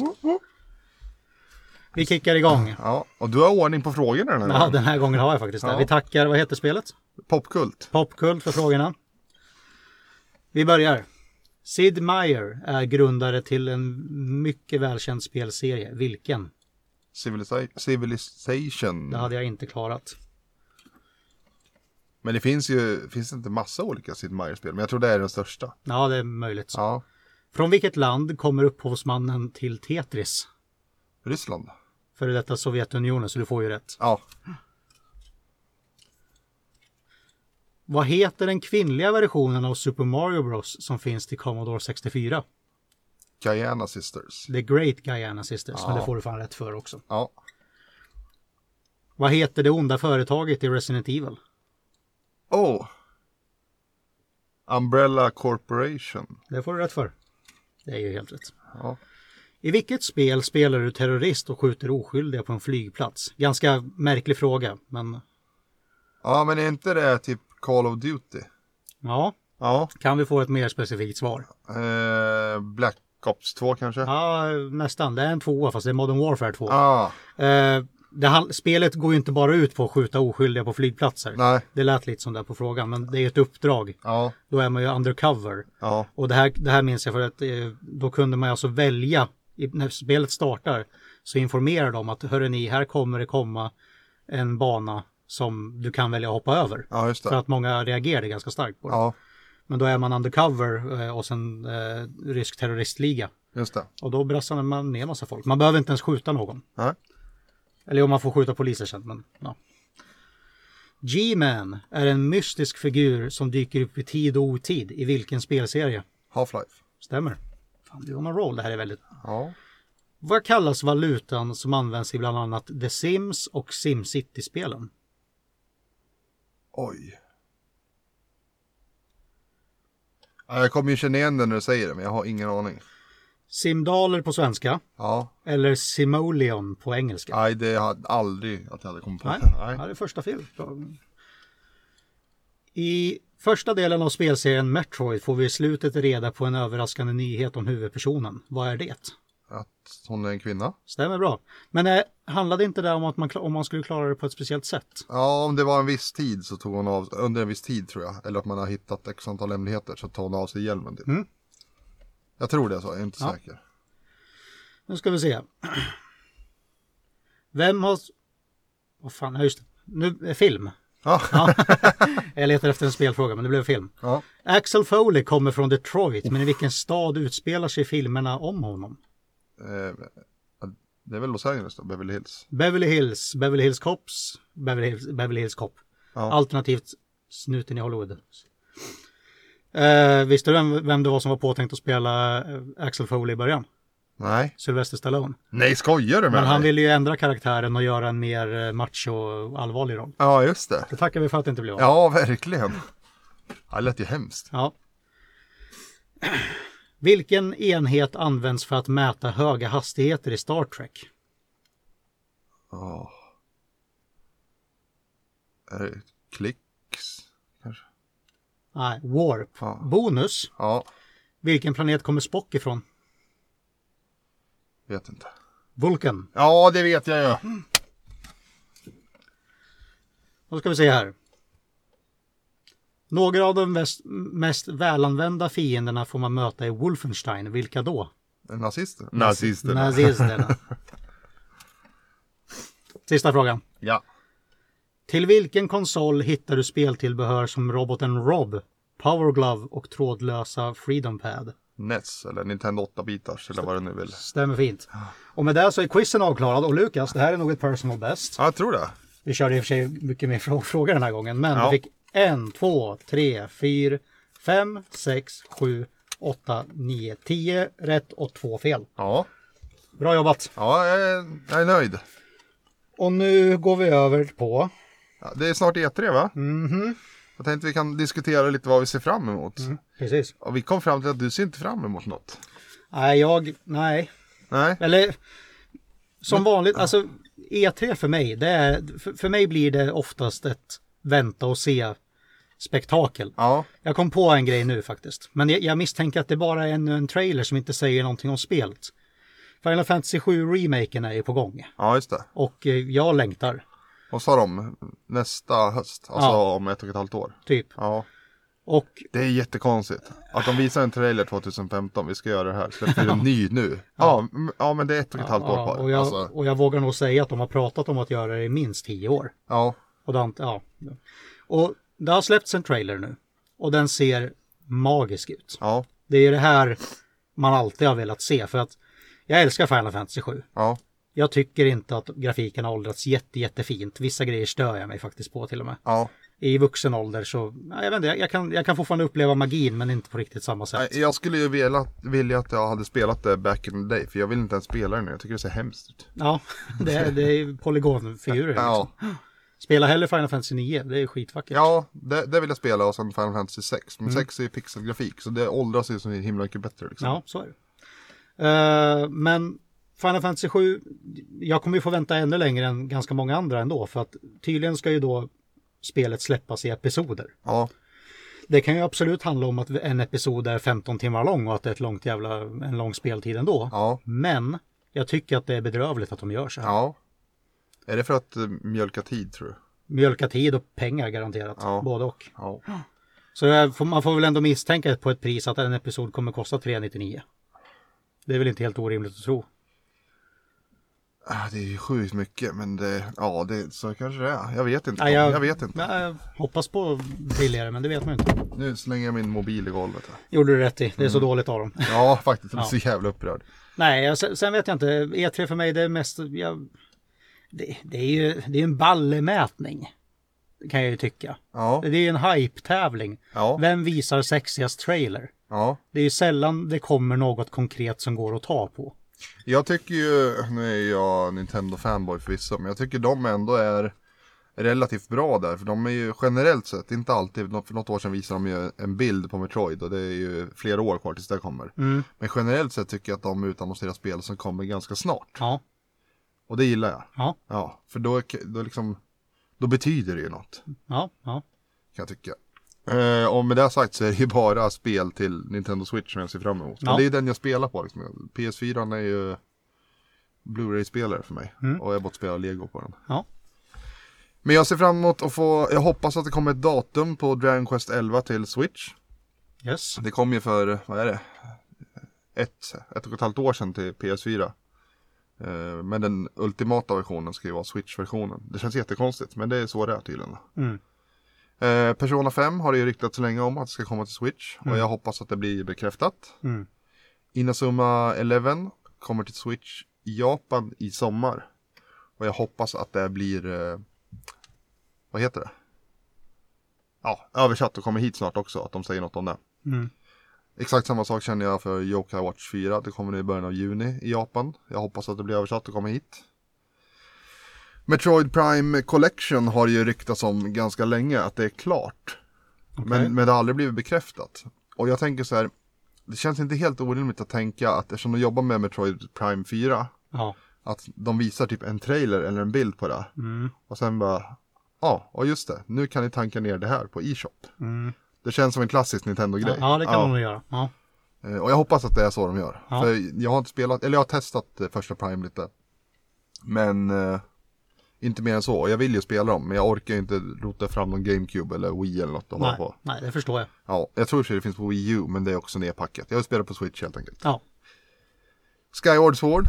S1: Vi kickar igång.
S2: Ja, och du har ordning på frågorna den
S1: Ja,
S2: här gången.
S1: den här gången har jag faktiskt det.
S2: Ja.
S1: Vi tackar, vad heter spelet?
S2: Popkult.
S1: Popkult för frågorna. Vi börjar. Sid Meier är grundare till en mycket välkänd spelserie. Vilken?
S2: Civilisa- Civilization.
S1: Det hade jag inte klarat.
S2: Men det finns ju, finns det inte massa olika Sid Meier-spel? Men jag tror det är den största.
S1: Ja, det är möjligt. Så.
S2: Ja.
S1: Från vilket land kommer upphovsmannen till Tetris?
S2: Ryssland.
S1: Före detta Sovjetunionen, så du får ju rätt.
S2: Ja.
S1: Vad heter den kvinnliga versionen av Super Mario Bros som finns till Commodore 64?
S2: Guyana Sisters.
S1: The Great Guyana Sisters, men det får du fan rätt för också.
S2: Ja.
S1: Vad heter det onda företaget i Resident Evil?
S2: Oh. Umbrella Corporation.
S1: Det får du rätt för. Det är ju helt rätt.
S2: Ja.
S1: I vilket spel spelar du terrorist och skjuter oskyldiga på en flygplats? Ganska märklig fråga, men
S2: Ja, men är inte det typ Call of Duty?
S1: ja.
S2: Ja.
S1: Kan vi få ett mer specifikt svar?
S2: Eh, Black Ops 2 kanske? Ja.
S1: Ja, nästan. Det är en tvåa, fast det är Modern Warfare 2.
S2: Ah,
S1: Eh, det han- spelet går ju inte bara ut på att skjuta oskyldiga på flygplatser.
S2: nej.
S1: Det lät lite som det på frågan, men det är ett uppdrag.
S2: Ja,
S1: Då är man ju undercover.
S2: ja,
S1: Och det här, det här minns jag för att eh, då kunde man ju alltså välja i, när spelet startar så informerar de att hörru ni, här kommer det komma en bana som du kan välja att hoppa över.
S2: ja just
S1: För
S2: det.
S1: att många reagerade ganska starkt på det.
S2: Ja,
S1: Men då är man undercover eh, och sen eh, rysk terroristliga.
S2: just det.
S1: Och då brassar man ner massa folk. Man behöver inte ens skjuta någon.
S2: Nej.
S1: Eller om man får skjuta poliser sen, men ja. G-Man är en mystisk figur som dyker upp i tid och otid i vilken spelserie?
S2: Half-Life.
S1: Stämmer. Fan, du har någon roll, det här är väldigt...
S2: Ja.
S1: Vad kallas valutan som används i bland annat The Sims och SimCity-spelen?
S2: Oj. Ja, jag kommer ju känna igen det när du säger det, men jag har ingen aning.
S1: Simdaler på svenska
S2: Ja,
S1: eller Simoleon på engelska?
S2: nej det hade aldrig att jag hade kommit på.
S1: Nej,
S2: Nej.
S1: ja, det är första fel. I första delen av spelserien Metroid får vi i slutet reda på en överraskande nyhet om huvudpersonen. Vad är det?
S2: Att hon är en kvinna?
S1: Stämmer bra. Men eh, handlade inte det om att man, kla- om man skulle klara det på ett speciellt sätt?
S2: Ja, om det var en viss tid så tog hon av under en viss tid tror jag. Eller att man har hittat x antal hemligheter så tar hon av sig hjälmen. Typ.
S1: Mm.
S2: Jag tror det så, jag är inte säker.
S1: Nu ska vi se. Vem har... Vad fan, ja, just det. Nu, eh, film.
S2: Ja.
S1: Ja. Jag letar efter en spelfråga, men det blev film.
S2: Ja.
S1: Axel Foley kommer från Detroit, men i vilken stad utspelar sig filmerna om honom?
S2: Eh, det är väl Los Angeles då, Beverly Hills.
S1: Beverly Hills, Beverly Hills Cops, Beverly Hills, Beverly Hills Cop.
S2: Ja.
S1: Alternativt snuten i Hollywood. Eh, visste du vem, vem det var som var påtänkt att spela eh, Axel Foley i början?
S2: Nej.
S1: Sylvester Stallone.
S2: Nej, skojar du med
S1: Men han
S2: mig?
S1: ville ju ändra karaktären och göra en mer eh, macho och allvarlig roll.
S2: Ja, just det.
S1: Det tackar vi för att det inte blev av.
S2: Ja, verkligen. Ja, Det lät ju hemskt.
S1: Ja. Vilken enhet används för att mäta höga hastigheter i Star Trek?
S2: Ja. Är det klicks? Kanske?
S1: Nej, Warp.
S2: Ja.
S1: Bonus.
S2: Ja,
S1: Vilken planet kommer Spock ifrån?
S2: vet inte.
S1: Vulkan.
S2: Ja, det vet jag ju.
S1: Då ska vi se här. Några av de mest, mest välanvända fienderna får man möta i Wolfenstein. Vilka då?
S2: Nazister? Nazisterna.
S1: Nazisterna. Sista frågan.
S2: Ja.
S1: Till vilken konsol hittar du speltillbehör som roboten Rob, Power Glove och trådlösa Freedom Pad?
S2: NES eller Nintendo 8-bitars eller vad det nu vill.
S1: Stämmer fint. Och med det så är quizen avklarad och Lukas, det här är nog ett personal best.
S2: Ja, jag tror det.
S1: Vi körde i och för sig mycket mer frå- frågor den här gången, men
S2: Ja.
S1: vi fick en, två, tre, fyra, fem, sex, sju, åtta, nio, tio rätt och två fel.
S2: Ja,
S1: Bra jobbat!
S2: ja jag, är, jag är nöjd.
S1: Och nu går vi över på
S2: Ja, det är snart E3 va? Mhm. Jag tänkte vi kan diskutera lite vad vi ser fram emot.
S1: Precis.
S2: Och vi kom fram till att du ser inte fram emot något.
S1: Nej, jag... Nej.
S2: Nej.
S1: Eller som vanligt, alltså E3 för mig, det är, för, för mig blir det oftast ett vänta och se spektakel.
S2: Ja,
S1: Jag kom på en grej nu faktiskt, men jag, jag misstänker att det bara är en, en trailer som inte säger någonting om spelet. Final Fantasy 7 remaken är ju på gång
S2: ja just det.
S1: och eh, jag längtar,
S2: Och sa de nästa höst, alltså
S1: Ja.
S2: om ett och ett halvt år.
S1: typ.
S2: Ja,
S1: Och
S2: det är jättekonstigt. Att de visar en trailer 2015, vi ska göra det här, så det blir en ny nu. Ja, m- ja men det är ett och ett halvt år
S1: ja,
S2: kvar.
S1: och, jag,
S2: Alltså,
S1: och jag vågar nog säga att de har pratat om att göra det i minst 10 år.
S2: ja,
S1: Och det, har inte- ja. och det har släppts en trailer nu och den ser magisk ut.
S2: ja,
S1: Det är ju det här man alltid har velat se för att jag älskar Final Fantasy 7.
S2: ja,
S1: Jag tycker inte att grafiken har åldrats jätte, jättefint. Vissa grejer stör jag mig faktiskt på till och med.
S2: ja.
S1: I vuxen ålder så, ja, jag vet inte, jag kan, jag kan fortfarande uppleva magin men inte på riktigt samma sätt.
S2: Nej, Jag skulle ju vilja, vilja att jag hade spelat det back in the day, för jag vill inte ens spela det nu. Jag tycker det ser hemskt ut.
S1: Ja, det är, det är polygonfigurer. Liksom.
S2: Ja,
S1: Spela hellre Final Fantasy 9, det är skitvackert.
S2: ja det, det vill jag spela och sen
S1: Mm.
S2: Final Fantasy 6. Men 6 är ju pixelgrafik, så det åldras ju så himla mycket bättre. Liksom.
S1: Ja, så är det. Eh, men Final Fantasy 7, jag kommer ju få vänta ännu längre än ganska många andra ändå för att tydligen ska ju då spelet släppas i episoder.
S2: Ja,
S1: Det kan ju absolut handla om att en episod är 15 timmar lång och att det är ett långt jävla, en lång speltid ändå.
S2: ja,
S1: Men jag tycker att det är bedrövligt att de gör så här.
S2: ja. Är det för att eh, mjölka tid tror du?
S1: Mjölka tid och pengar garanterat,
S2: Ja.
S1: både och.
S2: Ja.
S1: Så jag får, man får väl ändå misstänka på ett pris att en episod kommer kosta 399. Det är väl inte helt orimligt att tro.
S2: Ah, Det är ju sjukt mycket men det, ja det, så kanske det är. Jag vet inte.
S1: Nej,
S2: Ah, jag... vet inte.
S1: Nej, jag hoppas på billigare, men det vet man ju inte.
S2: Nu slänger jag min mobil i golvet. Här.
S1: Gjorde du rätt i, det är så dåligt av dem.
S2: Ja faktiskt, jag blir så jävla upprörd.
S1: Nej, jag- sen, sen vet jag inte. E3 för mig det är mest... Jag, det, det är ju det är en ballemätning. Kan jag ju tycka.
S2: Ja,
S1: Det är ju en hype-tävling.
S2: ja,
S1: Vem visar sexigast trailer?
S2: ja.
S1: Det är ju sällan det kommer något konkret som går att ta på.
S2: Jag tycker ju, nu är jag Nintendo-fanboy förvisso, men jag tycker de ändå är relativt bra där. För de är ju generellt sett, inte alltid, nå- för något år sedan visade de ju en bild på Metroid och det är ju flera år kvar tills det kommer. Men generellt sett tycker jag att de utannonserar spel som kommer ganska snart.
S1: Ja,
S2: Och det gillar jag.
S1: ja,
S2: Ja, för då, k- då liksom, då betyder det ju något,
S1: ja, ja.
S2: kan jag tycka. Eh, och med det sagt så är det ju bara spel till Nintendo Switch som jag ser fram emot.
S1: Ja.
S2: Och det är ju den jag spelar på liksom. PS4 är ju Blu-ray-spelare för mig. Och jag har fått spela Lego på den.
S1: ja.
S2: Men jag ser fram emot att få, jag hoppas att det kommer ett datum på Dragon Quest 11 till Switch.
S1: Yes.
S2: Det kom ju för, vad är det? Ett, ett och ett halvt år sedan till PS4. Eh, Men den ultimata versionen ska ju vara Switch-versionen. Det känns jättekonstigt, men det är så det är tydligen.
S1: Mm.
S2: Eh, Persona 5 har det ju ryktats länge om att det ska komma till Switch. Och jag hoppas att det blir bekräftat.
S1: Mm.
S2: Inazuma 11 kommer till Switch i Japan i sommar. Och jag hoppas att det blir... Eh, vad heter det? Ja, översatt och kommer hit snart också. Att de säger något om det.
S1: Mm.
S2: Exakt samma sak känner jag för Yokai Watch 4. Det kommer nu i början av juni i Japan. Jag hoppas att det blir översatt och kommer hit. Metroid Prime Collection har ju ryktats om ganska länge att det är klart.
S1: Okej.
S2: Men, men det har aldrig blivit bekräftat. Och jag tänker så här. Det känns inte helt orimligt att tänka att eftersom de jobbar med Metroid Prime 4.
S1: Ja.
S2: Att de visar typ en trailer eller en bild på det.
S1: Mm.
S2: Och sen bara. Ja, och just det. Nu kan ni tanka ner det här på e-shop.
S1: Mm.
S2: Det känns som en klassisk Nintendo-grej.
S1: Ja, det kan de nog göra. Ja.
S2: Eh, Och jag hoppas att det är så de gör.
S1: Ja.
S2: För jag har inte spelat, eller jag har testat eh, första Prime lite. Men eh, inte mer än så. Och Jag vill ju spela dem, men jag orkar ju inte rota fram någon GameCube eller Wii eller något att hålla
S1: Nej,
S2: på.
S1: nej, det förstår jag.
S2: Ja, jag tror i och för sig det finns på Wii U, men det är också nedpackat. Jag vill spela på Switch helt enkelt.
S1: Ja.
S2: Skyward Sword.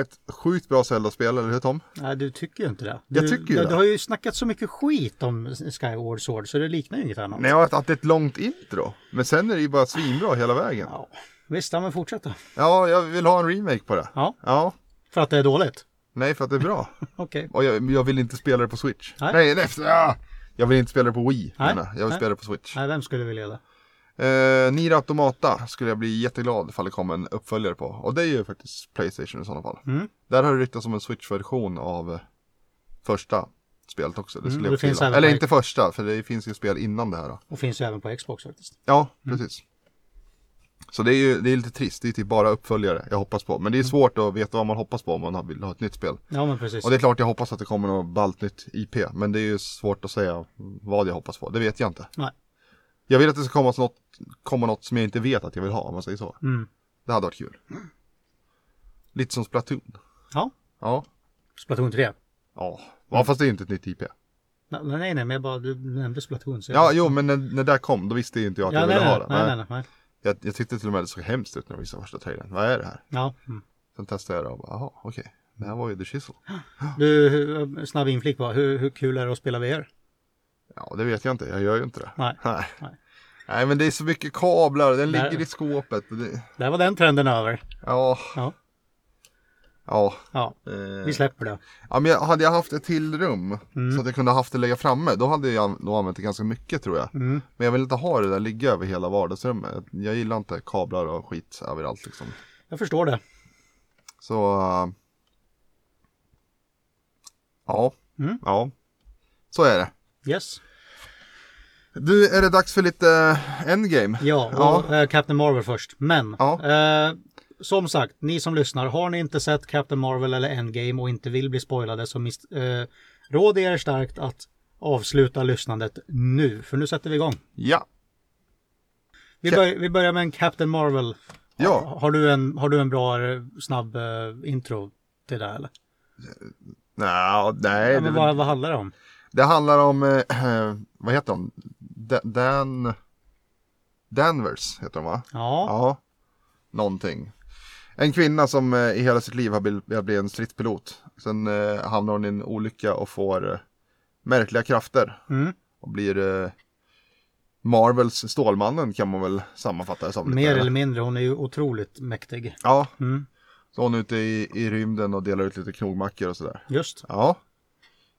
S2: Ett sjukt bra Zelda-spel, eller hur Tom?
S1: Nej, du tycker ju inte det. Du,
S2: Jag tycker ju
S1: du,
S2: det.
S1: du har ju snackat så mycket skit om Skyward Sword så det liknar ju inget annat.
S2: Nej, att, att det är ett långt intro. Men sen är det ju bara svinbra hela vägen.
S1: Ja. Visst, ja, men fortsätt då.
S2: Ja, jag vill ha en remake på det.
S1: Ja,
S2: Ja,
S1: för att det är dåligt.
S2: nej för att det är bra.
S1: Okej.
S2: Och jag, jag vill inte spela det på Switch.
S1: Nej.
S2: Nej, nej efter, ah! Jag vill inte spela det på Wii.
S1: Nej.
S2: menar Jag Jag vill
S1: Nej.
S2: spela det på Switch.
S1: Nej, vem skulle vilja det?
S2: Eh, Nier Automata skulle jag bli jätteglad ifall det kom en uppföljare på. Och det är ju faktiskt Playstation i sådana fall.
S1: Mm.
S2: Där har det ryktats om en Switch-version av eh, första spelet också. Det skulle
S1: och
S2: jag
S1: Mm, det finns
S2: också gilla.
S1: även
S2: Eller
S1: på-
S2: inte första, för det finns ju spel innan det här. Då.
S1: Och finns ju även på Xbox faktiskt.
S2: Ja,
S1: Mm.
S2: precis. Så det är ju det är lite trist, det är typ bara uppföljare jag hoppas på. Men det är
S1: Mm.
S2: svårt att veta vad man hoppas på om man har- vill ha ett nytt spel.
S1: Ja, men precis.
S2: Och det är klart jag hoppas att det kommer något ballt nytt IP. Men det är ju svårt att säga vad jag hoppas på. Det vet jag inte.
S1: Nej.
S2: Jag vill att det ska komma något, komma något som jag inte vet att jag vill ha om man säger så.
S1: Mm.
S2: Det hade varit kul. Lite som Splatoon.
S1: Ja,
S2: Ja.
S1: Splatoon 3.
S2: Ja. ja fast det är ju inte ett nytt IP.
S1: Nej, nej, nej, men jag bara, du nämnde Splatoon. Så jag...
S2: Ja, jo, men när, när det där kom, då visste ju inte jag att
S1: ja,
S2: jag ville
S1: nej,
S2: ha
S1: nej,
S2: det.
S1: nej, nej, nej, nej.
S2: Jag, jag tyckte till och med det såg hemskt ut när de visade första trailern. Vad är det här?
S1: Ja. Mm.
S2: Sen testade jag det och bara, jaha, okej. Det här var ju The Chisel.
S1: Du, hur- snabb inflik bara. Hur, hur kul är det att spela VR?
S2: Ja, det vet jag inte. Jag gör ju inte det.
S1: Nej.
S2: Nej.
S1: Nej.
S2: Nej, men det är så mycket kablar. Den
S1: Nej.
S2: ligger i skåpet. Det,
S1: Där var den trenden över.
S2: ja.
S1: Ja,
S2: Ja,
S1: ja.
S2: eh,
S1: vi släpper det.
S2: ja men jag, hade jag haft ett till rum
S1: Mm.
S2: så att jag kunde haft det lägga framme, då hade jag nog använt det ganska mycket tror jag.
S1: Mm.
S2: Men jag vill inte ha det där ligga över hela vardagsrummet. Jag gillar inte kablar och skit överallt liksom.
S1: Jag förstår det.
S2: Så... eh, ja,
S1: Mm.
S2: ja. Så är det.
S1: Yes.
S2: Du, är det dags för lite eh, endgame?
S1: Ja, och,
S2: Ja.
S1: eh, Captain Marvel först. Men
S2: Ja.
S1: eh, som sagt, ni som lyssnar, har ni inte sett Captain Marvel eller Endgame och inte vill bli spoilade så mis- eh, råder jag er starkt att avsluta lyssnandet nu, för nu sätter vi igång.
S2: Ja,
S1: Vi,
S2: Cap-
S1: bör, vi börjar med en Captain Marvel.
S2: ja.
S1: Har, har, du, en, har du en bra eh, snabb eh, intro till det här, eller?
S2: Nja, nej.
S1: Ja,
S2: det,
S1: men vad, vad handlar det om?
S2: det handlar om, eh, vad heter hon? Da- Dan... Danvers heter hon va?
S1: Ja,
S2: Ja, någonting. En kvinna som eh, i hela sitt liv har bil- velat bli en stridspilot. Sen eh, hamnar hon i en olycka och får eh, märkliga krafter.
S1: Mm.
S2: Och blir eh, Marvels Stålmannen kan man väl sammanfatta det som. lite,
S1: mer
S2: eller?
S1: eller mindre. Hon är ju otroligt mäktig.
S2: Ja,
S1: Mm.
S2: så hon är ute i, i rymden och delar ut lite knogmackor och sådär.
S1: Just.
S2: Ja,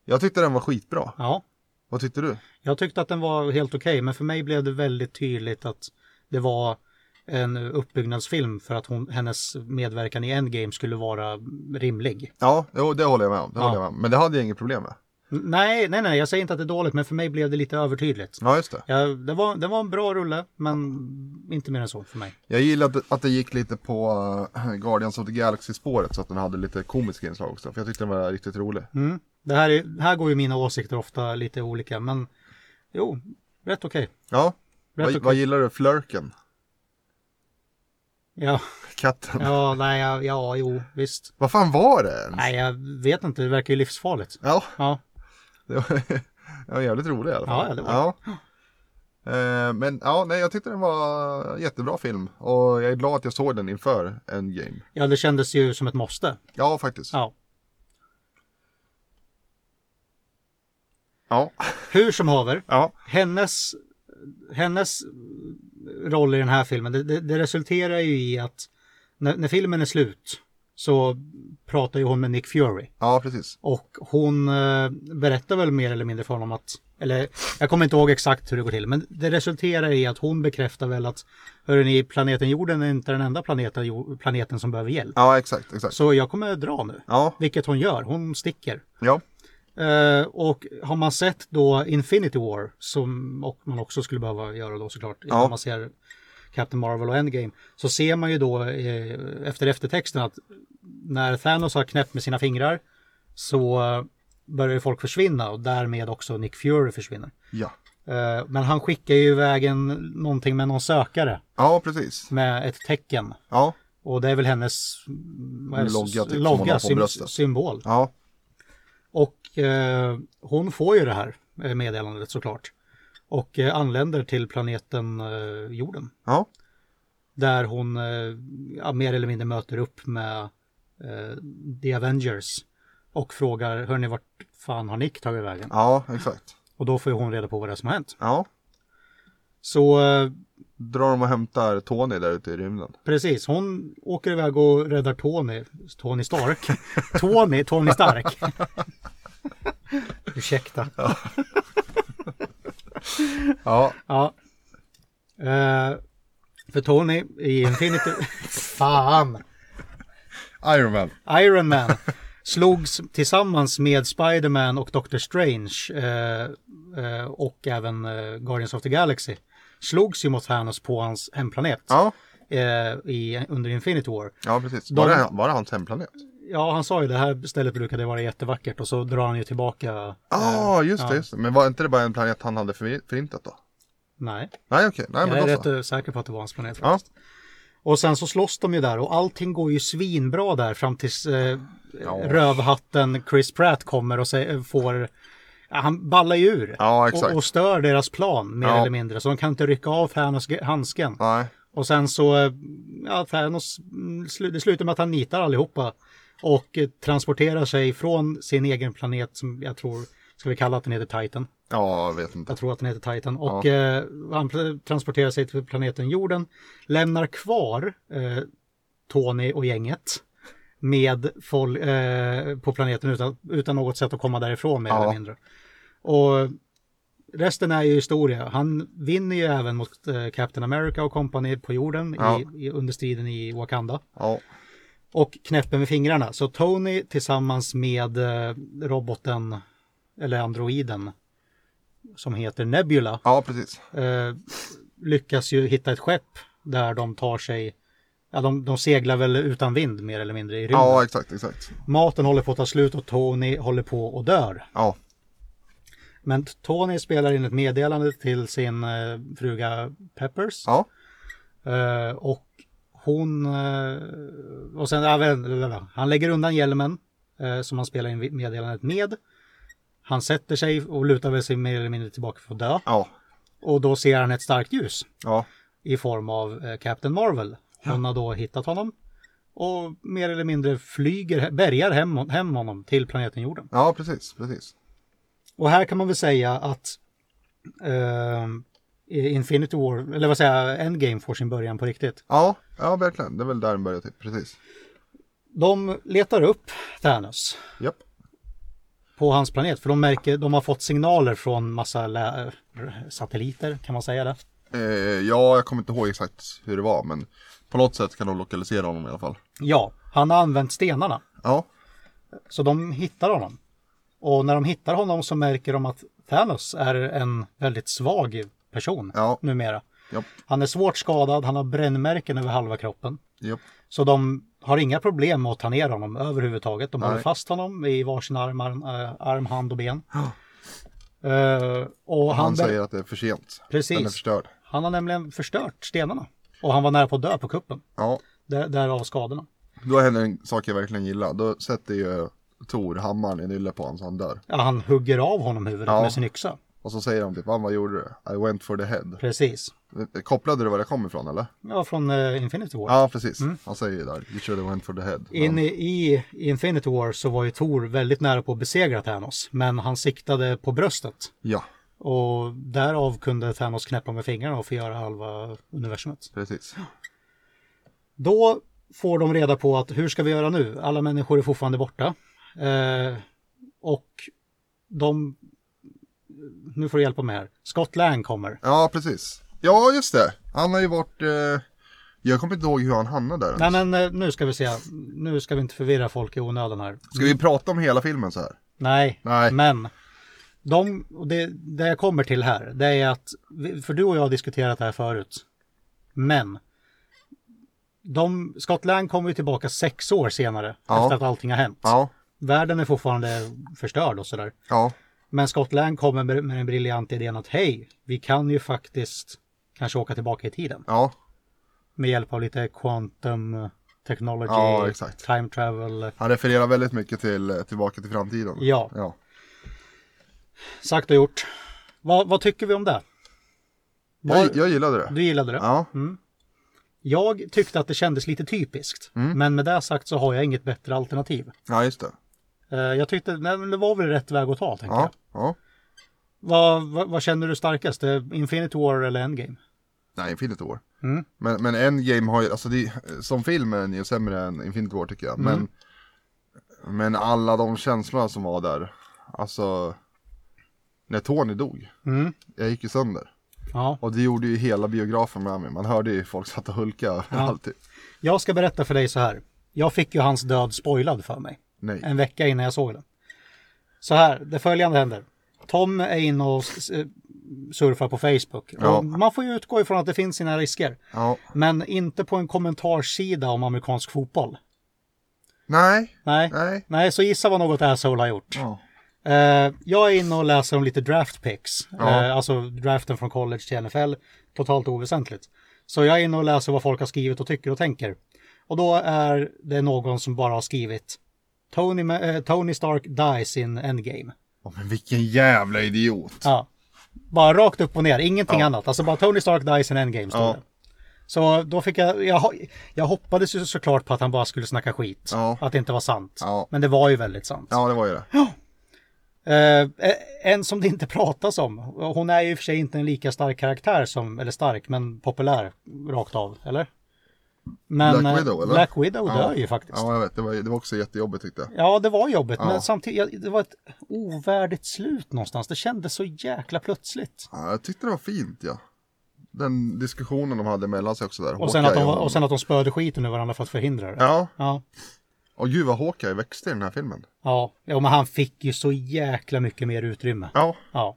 S2: jag tyckte den var skitbra.
S1: Ja,
S2: Vad tyckte du?
S1: jag tyckte att den var helt okej, men för mig blev det väldigt tydligt att det var en uppbyggnadsfilm för att hon, hennes medverkan i Endgame skulle vara rimlig.
S2: Ja, jo, det håller jag med om. Det
S1: Ja.
S2: håller jag med om. Men det hade jag inget problem med.
S1: N- Nej, nej, nej, jag säger inte att det är dåligt, men för mig blev det lite övertydligt.
S2: Ja, just det.
S1: Ja, det, var, det var en bra rulle, men inte mer än så för mig.
S2: Jag gillade att det gick lite på eh, Guardians of the Galaxy-spåret så att den hade lite komiska inslag också. För jag tyckte den var riktigt rolig.
S1: Mm. Det här, är, här går ju mina åsikter ofta lite olika, men jo, rätt okej.
S2: Ja,
S1: Rätt
S2: vad,
S1: okej.
S2: vad gillar du? Flörken?
S1: Ja,
S2: Katten?
S1: ja, nej, ja, ja, jo, visst.
S2: Vad fan var det ens?
S1: Nej, jag vet inte, det verkar ju livsfarligt.
S2: Ja,
S1: Ja,
S2: det var, det var jävligt rolig i alla fall.
S1: Ja, det var
S2: Ja. Eh, Men ja, nej, jag tyckte den var en jättebra film. Och jag är glad att jag såg den inför Endgame.
S1: ja det kändes ju som ett måste.
S2: Ja, faktiskt.
S1: Ja.
S2: Ja.
S1: Hur som haver,
S2: Ja.
S1: hennes, hennes roll i den här filmen, det, det, det resulterar ju i att när, när filmen är slut så pratar ju hon med Nick Fury.
S2: ja, precis.
S1: Och hon eh, berättar väl mer eller mindre för honom att, eller jag kommer inte ihåg exakt hur det går till, men det resulterar i att hon bekräftar väl att, hörrni, planeten jorden är inte den enda planeten, jo- planeten som behöver hjälp.
S2: Ja, exakt, exakt.
S1: Så jag kommer dra nu.
S2: Ja,
S1: Vilket hon gör, hon sticker.
S2: ja,
S1: Eh, och har man sett då Infinity War, som och man också skulle behöva göra då såklart,
S2: Ja.
S1: när man ser Captain Marvel och Endgame, så ser man ju då eh, efter eftertexten att när Thanos har knäppt med sina fingrar så eh, börjar ju folk försvinna och därmed också Nick Fury försvinner.
S2: ja.
S1: Eh, men han skickar ju iväg en, någonting med någon sökare
S2: Ja, precis.
S1: med ett tecken.
S2: Ja,
S1: Och det är väl hennes mm, vad är det,
S2: Logga, typ, som hon
S1: logga
S2: har på
S1: sym-
S2: bröstet.
S1: symbol.
S2: ja,
S1: Och eh, hon får ju det här eh, meddelandet såklart. Och eh, anländer till planeten eh, jorden.
S2: ja,
S1: Där hon eh, ja, mer eller mindre möter upp med eh, The Avengers. Och frågar, hörni vart fan har Nick tagit vägen?
S2: ja, exakt.
S1: Och då får ju hon reda på vad det är som har hänt.
S2: Ja.
S1: Så eh,
S2: drar de och hämtar Tony där ute i rymden.
S1: precis, hon åker iväg och räddar Tony, Tony Stark. Tony, Tony Stark. Ursäkta.
S2: Ja,
S1: Ja. Eh, för Tony i Infinity... Fan!
S2: Iron Man.
S1: Iron Man slogs tillsammans med Spider-Man och Doctor Strange eh, eh, och även eh, Guardians of the Galaxy. Slogs ju mot Thanos på hans hemplanet
S2: Ja,
S1: eh, i, under Infinity War.
S2: ja precis.
S1: De-
S2: Var det, var det hans hemplanet?
S1: Ja, han sa ju det här stället brukade vara jättevackert och så drar han ju tillbaka...
S2: Eh, Ja, just det, just det. Men var inte det bara en planet han hade förvi- förintat då?
S1: Nej,
S2: Nej, okej. Nej,
S1: jag
S2: men
S1: är
S2: då så.
S1: rätt eh, säker på att det var hans planet.
S2: Ja,
S1: Och sen så slåss de ju där och allting går ju svinbra där fram tills eh,
S2: Ja.
S1: rövhatten Chris Pratt kommer och sä- får... ja, Han ballar ju ur
S2: Ja,
S1: och,
S2: exakt.
S1: och stör deras plan mer
S2: Ja.
S1: eller mindre. Så de kan inte rycka av Thanos ge- handsken.
S2: nej.
S1: Och sen så, eh, ja, Thanos, mm, slu- det slutar med att han nitar allihopa. Och eh, transporterar sig från sin egen planet som jag tror, ska vi kalla att den heter Titan?
S2: Ja, jag vet inte.
S1: Jag tror att den heter Titan. Och eh, han pl- transporterar sig till planeten jorden. Lämnar kvar eh, Tony och gänget. Med folk eh, på planeten utan, utan något sätt att komma därifrån mer
S2: Ja.
S1: eller mindre. Och resten är ju historia. Han vinner ju även mot eh, Captain America och company på jorden
S2: Ja.
S1: i, i, under striden i Wakanda
S2: Ja,
S1: och knäpper med fingrarna. Så Tony tillsammans med eh, roboten, eller androiden, som heter Nebula,
S2: ja precis.
S1: eh, lyckas ju hitta ett skepp där de tar sig Ja, de, de seglar väl utan vind mer eller mindre i rymden.
S2: Ja, exakt, exakt.
S1: Maten håller på att ta slut och Tony håller på och dör.
S2: Ja,
S1: Men Tony spelar in ett meddelande till sin eh, fruga Peppers.
S2: ja.
S1: Eh, och hon... Eh, och sen, ja, väl, väl, väl, han lägger undan hjälmen eh, som han spelar in meddelandet med. Han sätter sig och lutar väl sig mer eller mindre tillbaka för att dö.
S2: Ja,
S1: Och då ser han ett starkt ljus
S2: ja.
S1: i form av eh, Captain Marvel. Hon har då hittat honom. Och mer eller mindre flyger, bärgar hem, hem honom till planeten jorden.
S2: Ja, precis, precis.
S1: Och här kan man väl säga att ehm, Infinity War, eller vad säger jag, Endgame får sin början på riktigt.
S2: Ja, ja verkligen. Det är väl där den börjar typ, precis.
S1: De letar upp Thanos
S2: Japp.
S1: på hans planet för de märker, de har fått signaler från massa lä- satelliter, kan man säga det?
S2: Eh, ja, jag kommer inte ihåg exakt hur det var, men på något sätt kan de lokalisera honom i alla fall.
S1: Ja, han har använt stenarna,
S2: Ja,
S1: så de hittar honom. Och när de hittar honom så märker de att Thanos är en väldigt svag person
S2: Ja.
S1: numera.
S2: japp,
S1: Han är svårt skadad, han har brännmärken över halva kroppen.
S2: japp.
S1: Så de har inga problem med att ta ner honom överhuvudtaget. De håller fast honom i varsin arm, arm, eh, arm hand och ben. Eh, och
S2: Han,
S1: han, ber-
S2: säger att det är för sent.
S1: Precis.
S2: Den är förstörd.
S1: han har nämligen förstört stenarna. Och han var nära på att dö på kuppen.
S2: Ja,
S1: Där, därav skadorna.
S2: då händer en sak jag verkligen gillar. Då sätter ju Tor hammaren i nylle på honom så han dör.
S1: Ja, han hugger av honom huvudet
S2: Ja.
S1: med sin yxa.
S2: Och så säger de typ, "Ah, vad gjorde du? I went for the head.
S1: Precis.
S2: Kopplade du var det kom ifrån eller?
S1: Ja, från eh, Infinity War.
S2: Ja, precis. Han säger ju där, you should have went for the head. Men,
S1: Mm. In i, I Infinity War så var ju Thor väldigt nära på att besegra Thanos. Men han siktade på bröstet.
S2: Ja,
S1: Och därav kunde Thanos knäppa med fingrarna och förgöra halva universumet.
S2: precis.
S1: Då får de reda på att hur ska vi göra nu? Alla människor är fortfarande borta. Eh, och de... Nu får du hjälpa mig här. Scott Lang kommer.
S2: Ja, precis. Ja, just det. Han har ju varit... Eh... Jag kommer inte ihåg hur han hamnade där.
S1: Nej men eh, nu ska vi se. Nu ska vi inte förvirra folk i onödan här.
S2: Ska vi prata om hela filmen så här?
S1: Nej,
S2: Nej.
S1: men. De, och det, det jag kommer till här, det är att, vi- för du och jag har diskuterat det här förut. Men. De, Scott Lang kommer ju tillbaka sex år senare.
S2: Ja.
S1: Efter att allting har hänt.
S2: Ja,
S1: Världen är fortfarande förstörd och sådär.
S2: ja,
S1: Men Scott Lang kommer med, med den briljanta idén att hej, vi kan ju faktiskt kanske åka tillbaka i tiden
S2: ja,
S1: med hjälp av lite quantum technology,
S2: Ja, exakt.
S1: time travel.
S2: han refererar väldigt mycket till eh, Tillbaka till framtiden.
S1: Ja.
S2: ja.
S1: Sagt och gjort. Vad, vad tycker vi om det?
S2: Jag, jag gillade det.
S1: Du gillade det? Mm.
S2: Ja,
S1: Jag tyckte att det kändes lite typiskt,
S2: Mm.
S1: men med det sagt så har jag inget bättre alternativ.
S2: ja just det.
S1: Eh, Jag tyckte nej, men det var väl rätt väg att ta, tänkte
S2: Ja,
S1: jag.
S2: ja.
S1: Vad, vad, vad känner du starkast? Eh, Infinity War eller Endgame?
S2: Nej, Infinity War. Men, men Endgame har ju, alltså det, som film är den ju sämre än Infinity War tycker jag. Men, men alla de känslorna som var där. Alltså, när Tony dog. Jag gick ju sönder.
S1: Ja.
S2: Och det gjorde ju hela biografen med mig. Man hörde ju folk satt och hulka överallt. typ.
S1: Jag ska berätta för dig så här. Jag fick ju hans död spoilad för mig.
S2: Nej.
S1: En vecka innan jag såg den. Så här, det följande händer. Tom är inne och s- eh, surfar på Facebook.
S2: Ja.
S1: Och man får ju utgå ifrån att det finns sina risker.
S2: Ja.
S1: Men inte på en kommentarsida om amerikansk fotboll.
S2: Nej.
S1: Nej,
S2: Nej.
S1: Nej så gissa vad något asshole har gjort.
S2: Ja.
S1: Eh, jag är inne och läser om lite draft picks.
S2: Ja.
S1: Eh, alltså draften från college till NFL. Totalt oväsentligt. Så jag är inne och läser vad folk har skrivit och tycker och tänker. Och då är det någon som bara har skrivit Tony, Ma- eh, Tony Stark dies in Endgame.
S2: Ja, men vilken jävla idiot.
S1: Ja. Bara rakt upp och ner, ingenting annat. Alltså bara Tony Stark dies in Endgame stod
S2: Ja.
S1: det. Så då fick jag, jag, ho- jag hoppades ju såklart på att han bara skulle snacka skit.
S2: Ja.
S1: Att det inte var sant.
S2: Ja.
S1: Men det var ju väldigt sant.
S2: Ja, det var ju det.
S1: Eh, en som det inte pratas om. Hon är ju i och för sig inte en lika stark karaktär som, eller stark, men populär rakt av, eller? Men,
S2: Black
S1: eh,
S2: Widow, eller?
S1: Black Widow
S2: Ja.
S1: dör ju faktiskt. Ja.
S2: Ja, jag vet. Det var, ju- det var också jättejobbigt tyckte jag.
S1: det var jobbigt,
S2: Ja.
S1: men samtidigt, jag- det var ett ovärdigt slut någonstans. Det kändes så jäkla plötsligt.
S2: Ja, jag tyckte det var fint, ja. Den diskussionen de hade mellan sig också där.
S1: Och sen, att de,
S2: Hawkeye
S1: var- och sen att de spöade skiten ur varandra för att förhindra det.
S2: Ja,
S1: Ja.
S2: och gud vad Hawkeye växte i den här filmen.
S1: Ja, ja men han fick ju så jäkla mycket mer utrymme.
S2: Ja,
S1: Ja.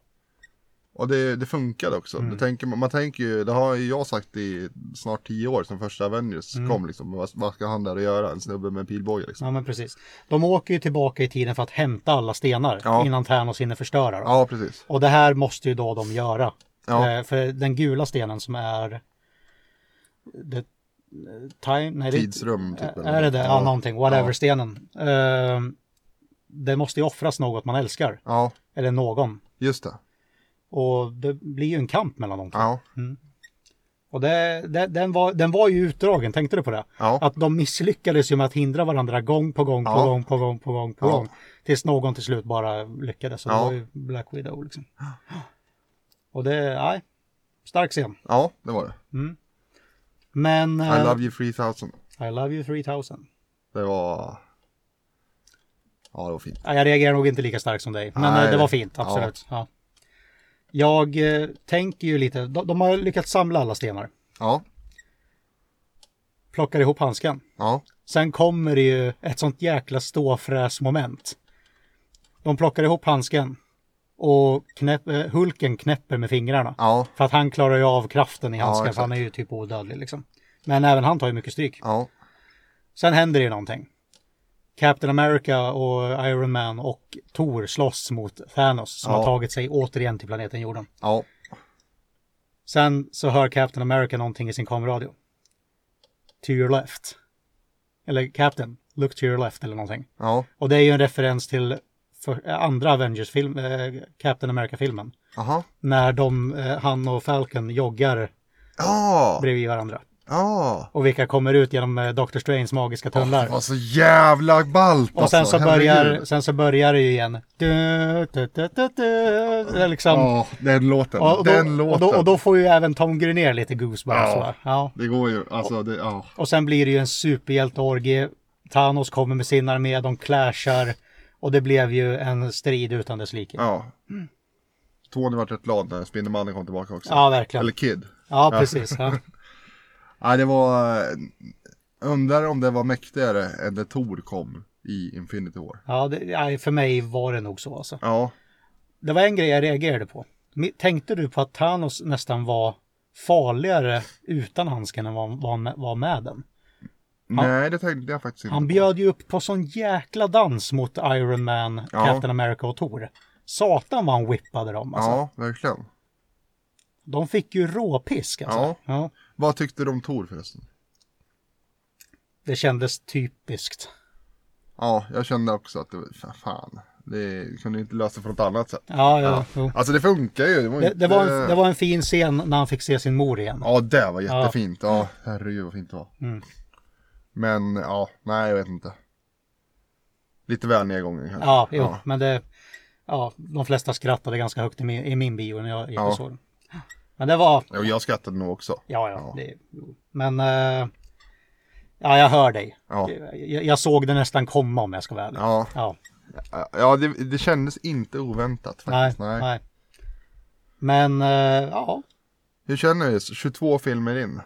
S2: Och det, det funkade också.
S1: Mm.
S2: Det tänker, man man tänker ju, det har ju jag sagt i snart tio år sedan första Avengers
S1: Mm.
S2: kom liksom. Vad, vad ska han där och göra? En snubbe med en pilbåge liksom.
S1: Ja men precis. De åker ju tillbaka i tiden för att hämta alla stenar
S2: Ja.
S1: innan Thanos hinner förstöra dem.
S2: Ja, precis.
S1: Och det här måste ju då de göra.
S2: Ja.
S1: Eh, för den gula stenen som är... The time? Nej, det,
S2: Tidsrum typ. eller
S1: Är det
S2: något.
S1: det? Ja,
S2: Ja.
S1: någonting. Whatever-stenen. Eh, det måste ju offras något man älskar.
S2: Ja,
S1: Eller någon.
S2: just det.
S1: Och det blir ju en kamp mellan dem. två.
S2: Ja,
S1: Och det, det, den, var, den var ju utdragen, tänkte du på det?
S2: Ja.
S1: Att de misslyckades ju med att hindra varandra gång på gång på
S2: Ja.
S1: gång på gång på gång på
S2: Ja.
S1: gång. Tills någon till slut bara lyckades. Så det
S2: Ja.
S1: var ju Black Widow liksom. Och det, nej. Stark scen.
S2: ja det var det.
S1: Men...
S2: I
S1: eh,
S2: love you 3000.
S1: I love you 3000.
S2: Det var... Ja, det var fint.
S1: Ja, Jag reagerar nog inte lika starkt som dig, men
S2: Nej,
S1: eh, det var
S2: det-
S1: fint, absolut. Ja. Jag eh, tänker ju lite, de, de har lyckats samla alla stenar,
S2: Ja,
S1: plockar ihop handsken.
S2: ja,
S1: Sen kommer det ju ett sånt jäkla ståfräsmoment. De plockar ihop handsken och knäpp, eh, Hulken knäpper med fingrarna.
S2: ja,
S1: För att han klarar ju av kraften i handsken, för
S2: exakt.
S1: han är ju typ odödlig liksom. Men även han tar ju mycket stryk.
S2: ja,
S1: Sen händer det ju någonting. Captain America och Iron Man och Thor slåss mot Thanos som
S2: Ja.
S1: har tagit sig återigen till planeten jorden.
S2: ja,
S1: Sen så hör Captain America någonting i sin kameradio. To your left. Eller Captain, look to your left eller någonting.
S2: ja,
S1: Och det är ju en referens till för, eh, andra Avengers-film, eh, Captain America-filmen.
S2: aha.
S1: När de, eh, han och Falcon joggar
S2: Ja,
S1: bredvid varandra.
S2: ja.
S1: Och vilka kommer ut genom eh, Doctor Stranges magiska tunnlar.
S2: Det var så jävla ballt
S1: Och sen så,
S2: alltså,
S1: börjar,
S2: herregud.
S1: sen så börjar det ju igen. Du, du, du, du, du, det är liksom.
S2: Ja, den låten.
S1: och, och, då,
S2: den låten.
S1: och, då, och då får ju även Tom Grunér lite goosebumps.
S2: Ja.
S1: va? Ja.
S2: Det går ju, alltså det, ja.
S1: Och sen blir det ju en superhjälteorgie. Thanos kommer med sin armé, de clashar. Och det blev ju en strid utan dess like. Ja,
S2: ja. Tony vart rätt glad när Spindelmannen kom tillbaka också.
S1: verkligen.
S2: Eller Kid.
S1: Ja, precis. Ja.
S2: Ja, det var... eh, Undrar om det var mäktigare än när Thor kom i Infinity War.
S1: Ja, det, nej, för mig var det nog så. Alltså.
S2: Ja,
S1: Det var en grej jag reagerade på. Mi- Tänkte du på att Thanos nästan var farligare utan handsken än vad han var med- var med den?
S2: nej det tänkte jag faktiskt inte
S1: Han
S2: på.
S1: bjöd ju upp på sån jäkla dans mot Iron Man,
S2: Ja.
S1: Captain America och Thor. Satan vad han whippade dem alltså.
S2: Ja, verkligen.
S1: De fick ju råpisk alltså. Ja.
S2: Ja. Vad tyckte du om Thor förresten?
S1: Det kändes typiskt.
S2: Ja, jag kände också att det var, fan, det kunde ju inte lösa på något annat sätt.
S1: Ja, ja. jo.
S2: Alltså det funkar ju. Det var,
S1: Det,
S2: inte...
S1: det, var en, det var en fin scen när han fick se sin mor igen.
S2: Ja, det var jättefint. Ja, herregud vad fint det var.
S1: Mm.
S2: Men ja, nej jag vet inte. Lite väl nedgången kanske.
S1: Ja, jo, men det... Ja, de flesta skrattade ganska högt i min, i min bio när jag gick och
S2: Ja.
S1: såg den. Men det var...
S2: Jo, jag skrattade nog också.
S1: Ja, ja. Det, jo. men... eh, ja, jag hör dig.
S2: Ja.
S1: Jag, jag såg det nästan komma om jag ska vara ärlig.
S2: Ja,
S1: ja.
S2: ja det, det kändes inte oväntat
S1: Nej,
S2: faktiskt.
S1: nej.
S2: Nej.
S1: Men eh, ja,
S2: Hur känner du? 22 filmer in.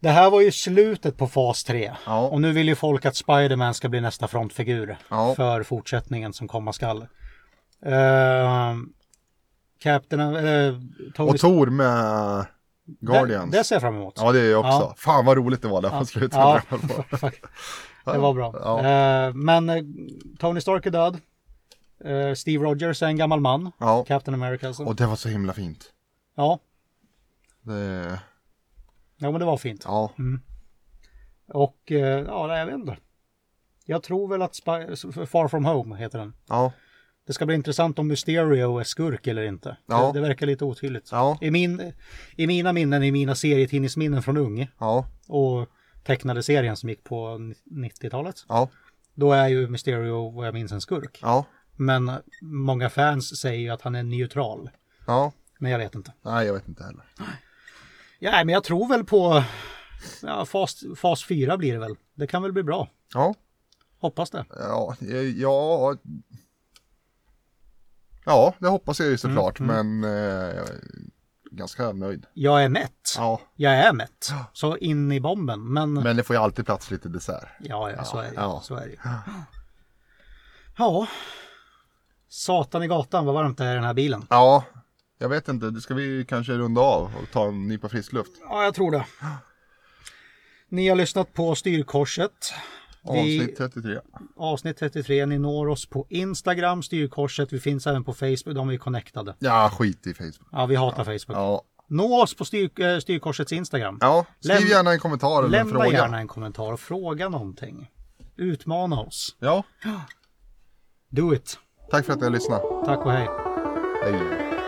S1: det här var ju slutet på fas 3.
S2: Ja.
S1: Och nu vill ju folk att Spiderman ska bli nästa frontfigur
S2: Ja.
S1: för fortsättningen som komma skall. Uh, Captain... Uh, Tony
S2: Och Thor med Guardians.
S1: Det, det ser jag fram emot.
S2: Ja, det är jag också.
S1: Ja.
S2: Fan vad roligt det var där på slutet.
S1: Ja, fuck. det var bra.
S2: Ja.
S1: Eh, men eh, Tony Stark är död. Eh, Steve Rogers är en gammal man.
S2: Ja.
S1: Captain America alltså.
S2: Och det var så himla fint.
S1: Ja.
S2: Det,
S1: ja, men det var fint.
S2: ja,
S1: Och eh, ja, nej, jag vet inte. Jag tror väl att Spy- Far From Home heter den.
S2: ja,
S1: Det ska bli intressant om Mysterio är skurk eller inte.
S2: Ja.
S1: Det, det verkar lite otydligt.
S2: Ja.
S1: I, min, I mina minnen, i mina serietidningsminnen från ung
S2: ja,
S1: och tecknade serien som gick på 90-talet.
S2: ja,
S1: Då är ju Mysterio vad jag minns en skurk.
S2: ja,
S1: Men många fans säger ju att han är neutral.
S2: ja.
S1: Men jag vet inte.
S2: Nej, jag vet inte heller.
S1: Ja, men jag tror väl på ja, fas, fas 4 blir det väl. Det kan väl bli bra.
S2: Ja,
S1: Hoppas det.
S2: ja, ja. Ja, det hoppas jag ju såklart, men eh, jag är ganska nöjd.
S1: Jag är mätt.
S2: Ja,
S1: Jag är mätt. Så in i bomben. Men,
S2: men det får ju alltid plats för lite dessert.
S1: ja, ja, så är det ju.
S2: ja.
S1: Så är det ju. Ja. Satan i gatan vad varmt det är i den här bilen.
S2: Ja, jag vet inte. Det ska vi kanske runda av och ta en nypa frisk luft.
S1: Ja, jag tror det. Ni har lyssnat på Styrkorset. Vi-
S2: Avsnitt 33.
S1: Avsnitt 33, ni når oss på Instagram, Styrkorset. Vi finns även på Facebook, de är ju connectade.
S2: Ja, skit i Facebook.
S1: Ja, vi hatar Facebook.
S2: Ja,
S1: Nå oss på styr, eh, Styrkorsets Instagram.
S2: ja. skriv
S1: Lämna-
S2: gärna en kommentar eller en
S1: Lämna
S2: fråga.
S1: gärna en kommentar och fråga någonting. Utmana oss.
S2: Ja,
S1: Do it.
S2: tack för att ni har lyssnat.
S1: Tack och hej.
S2: Hej.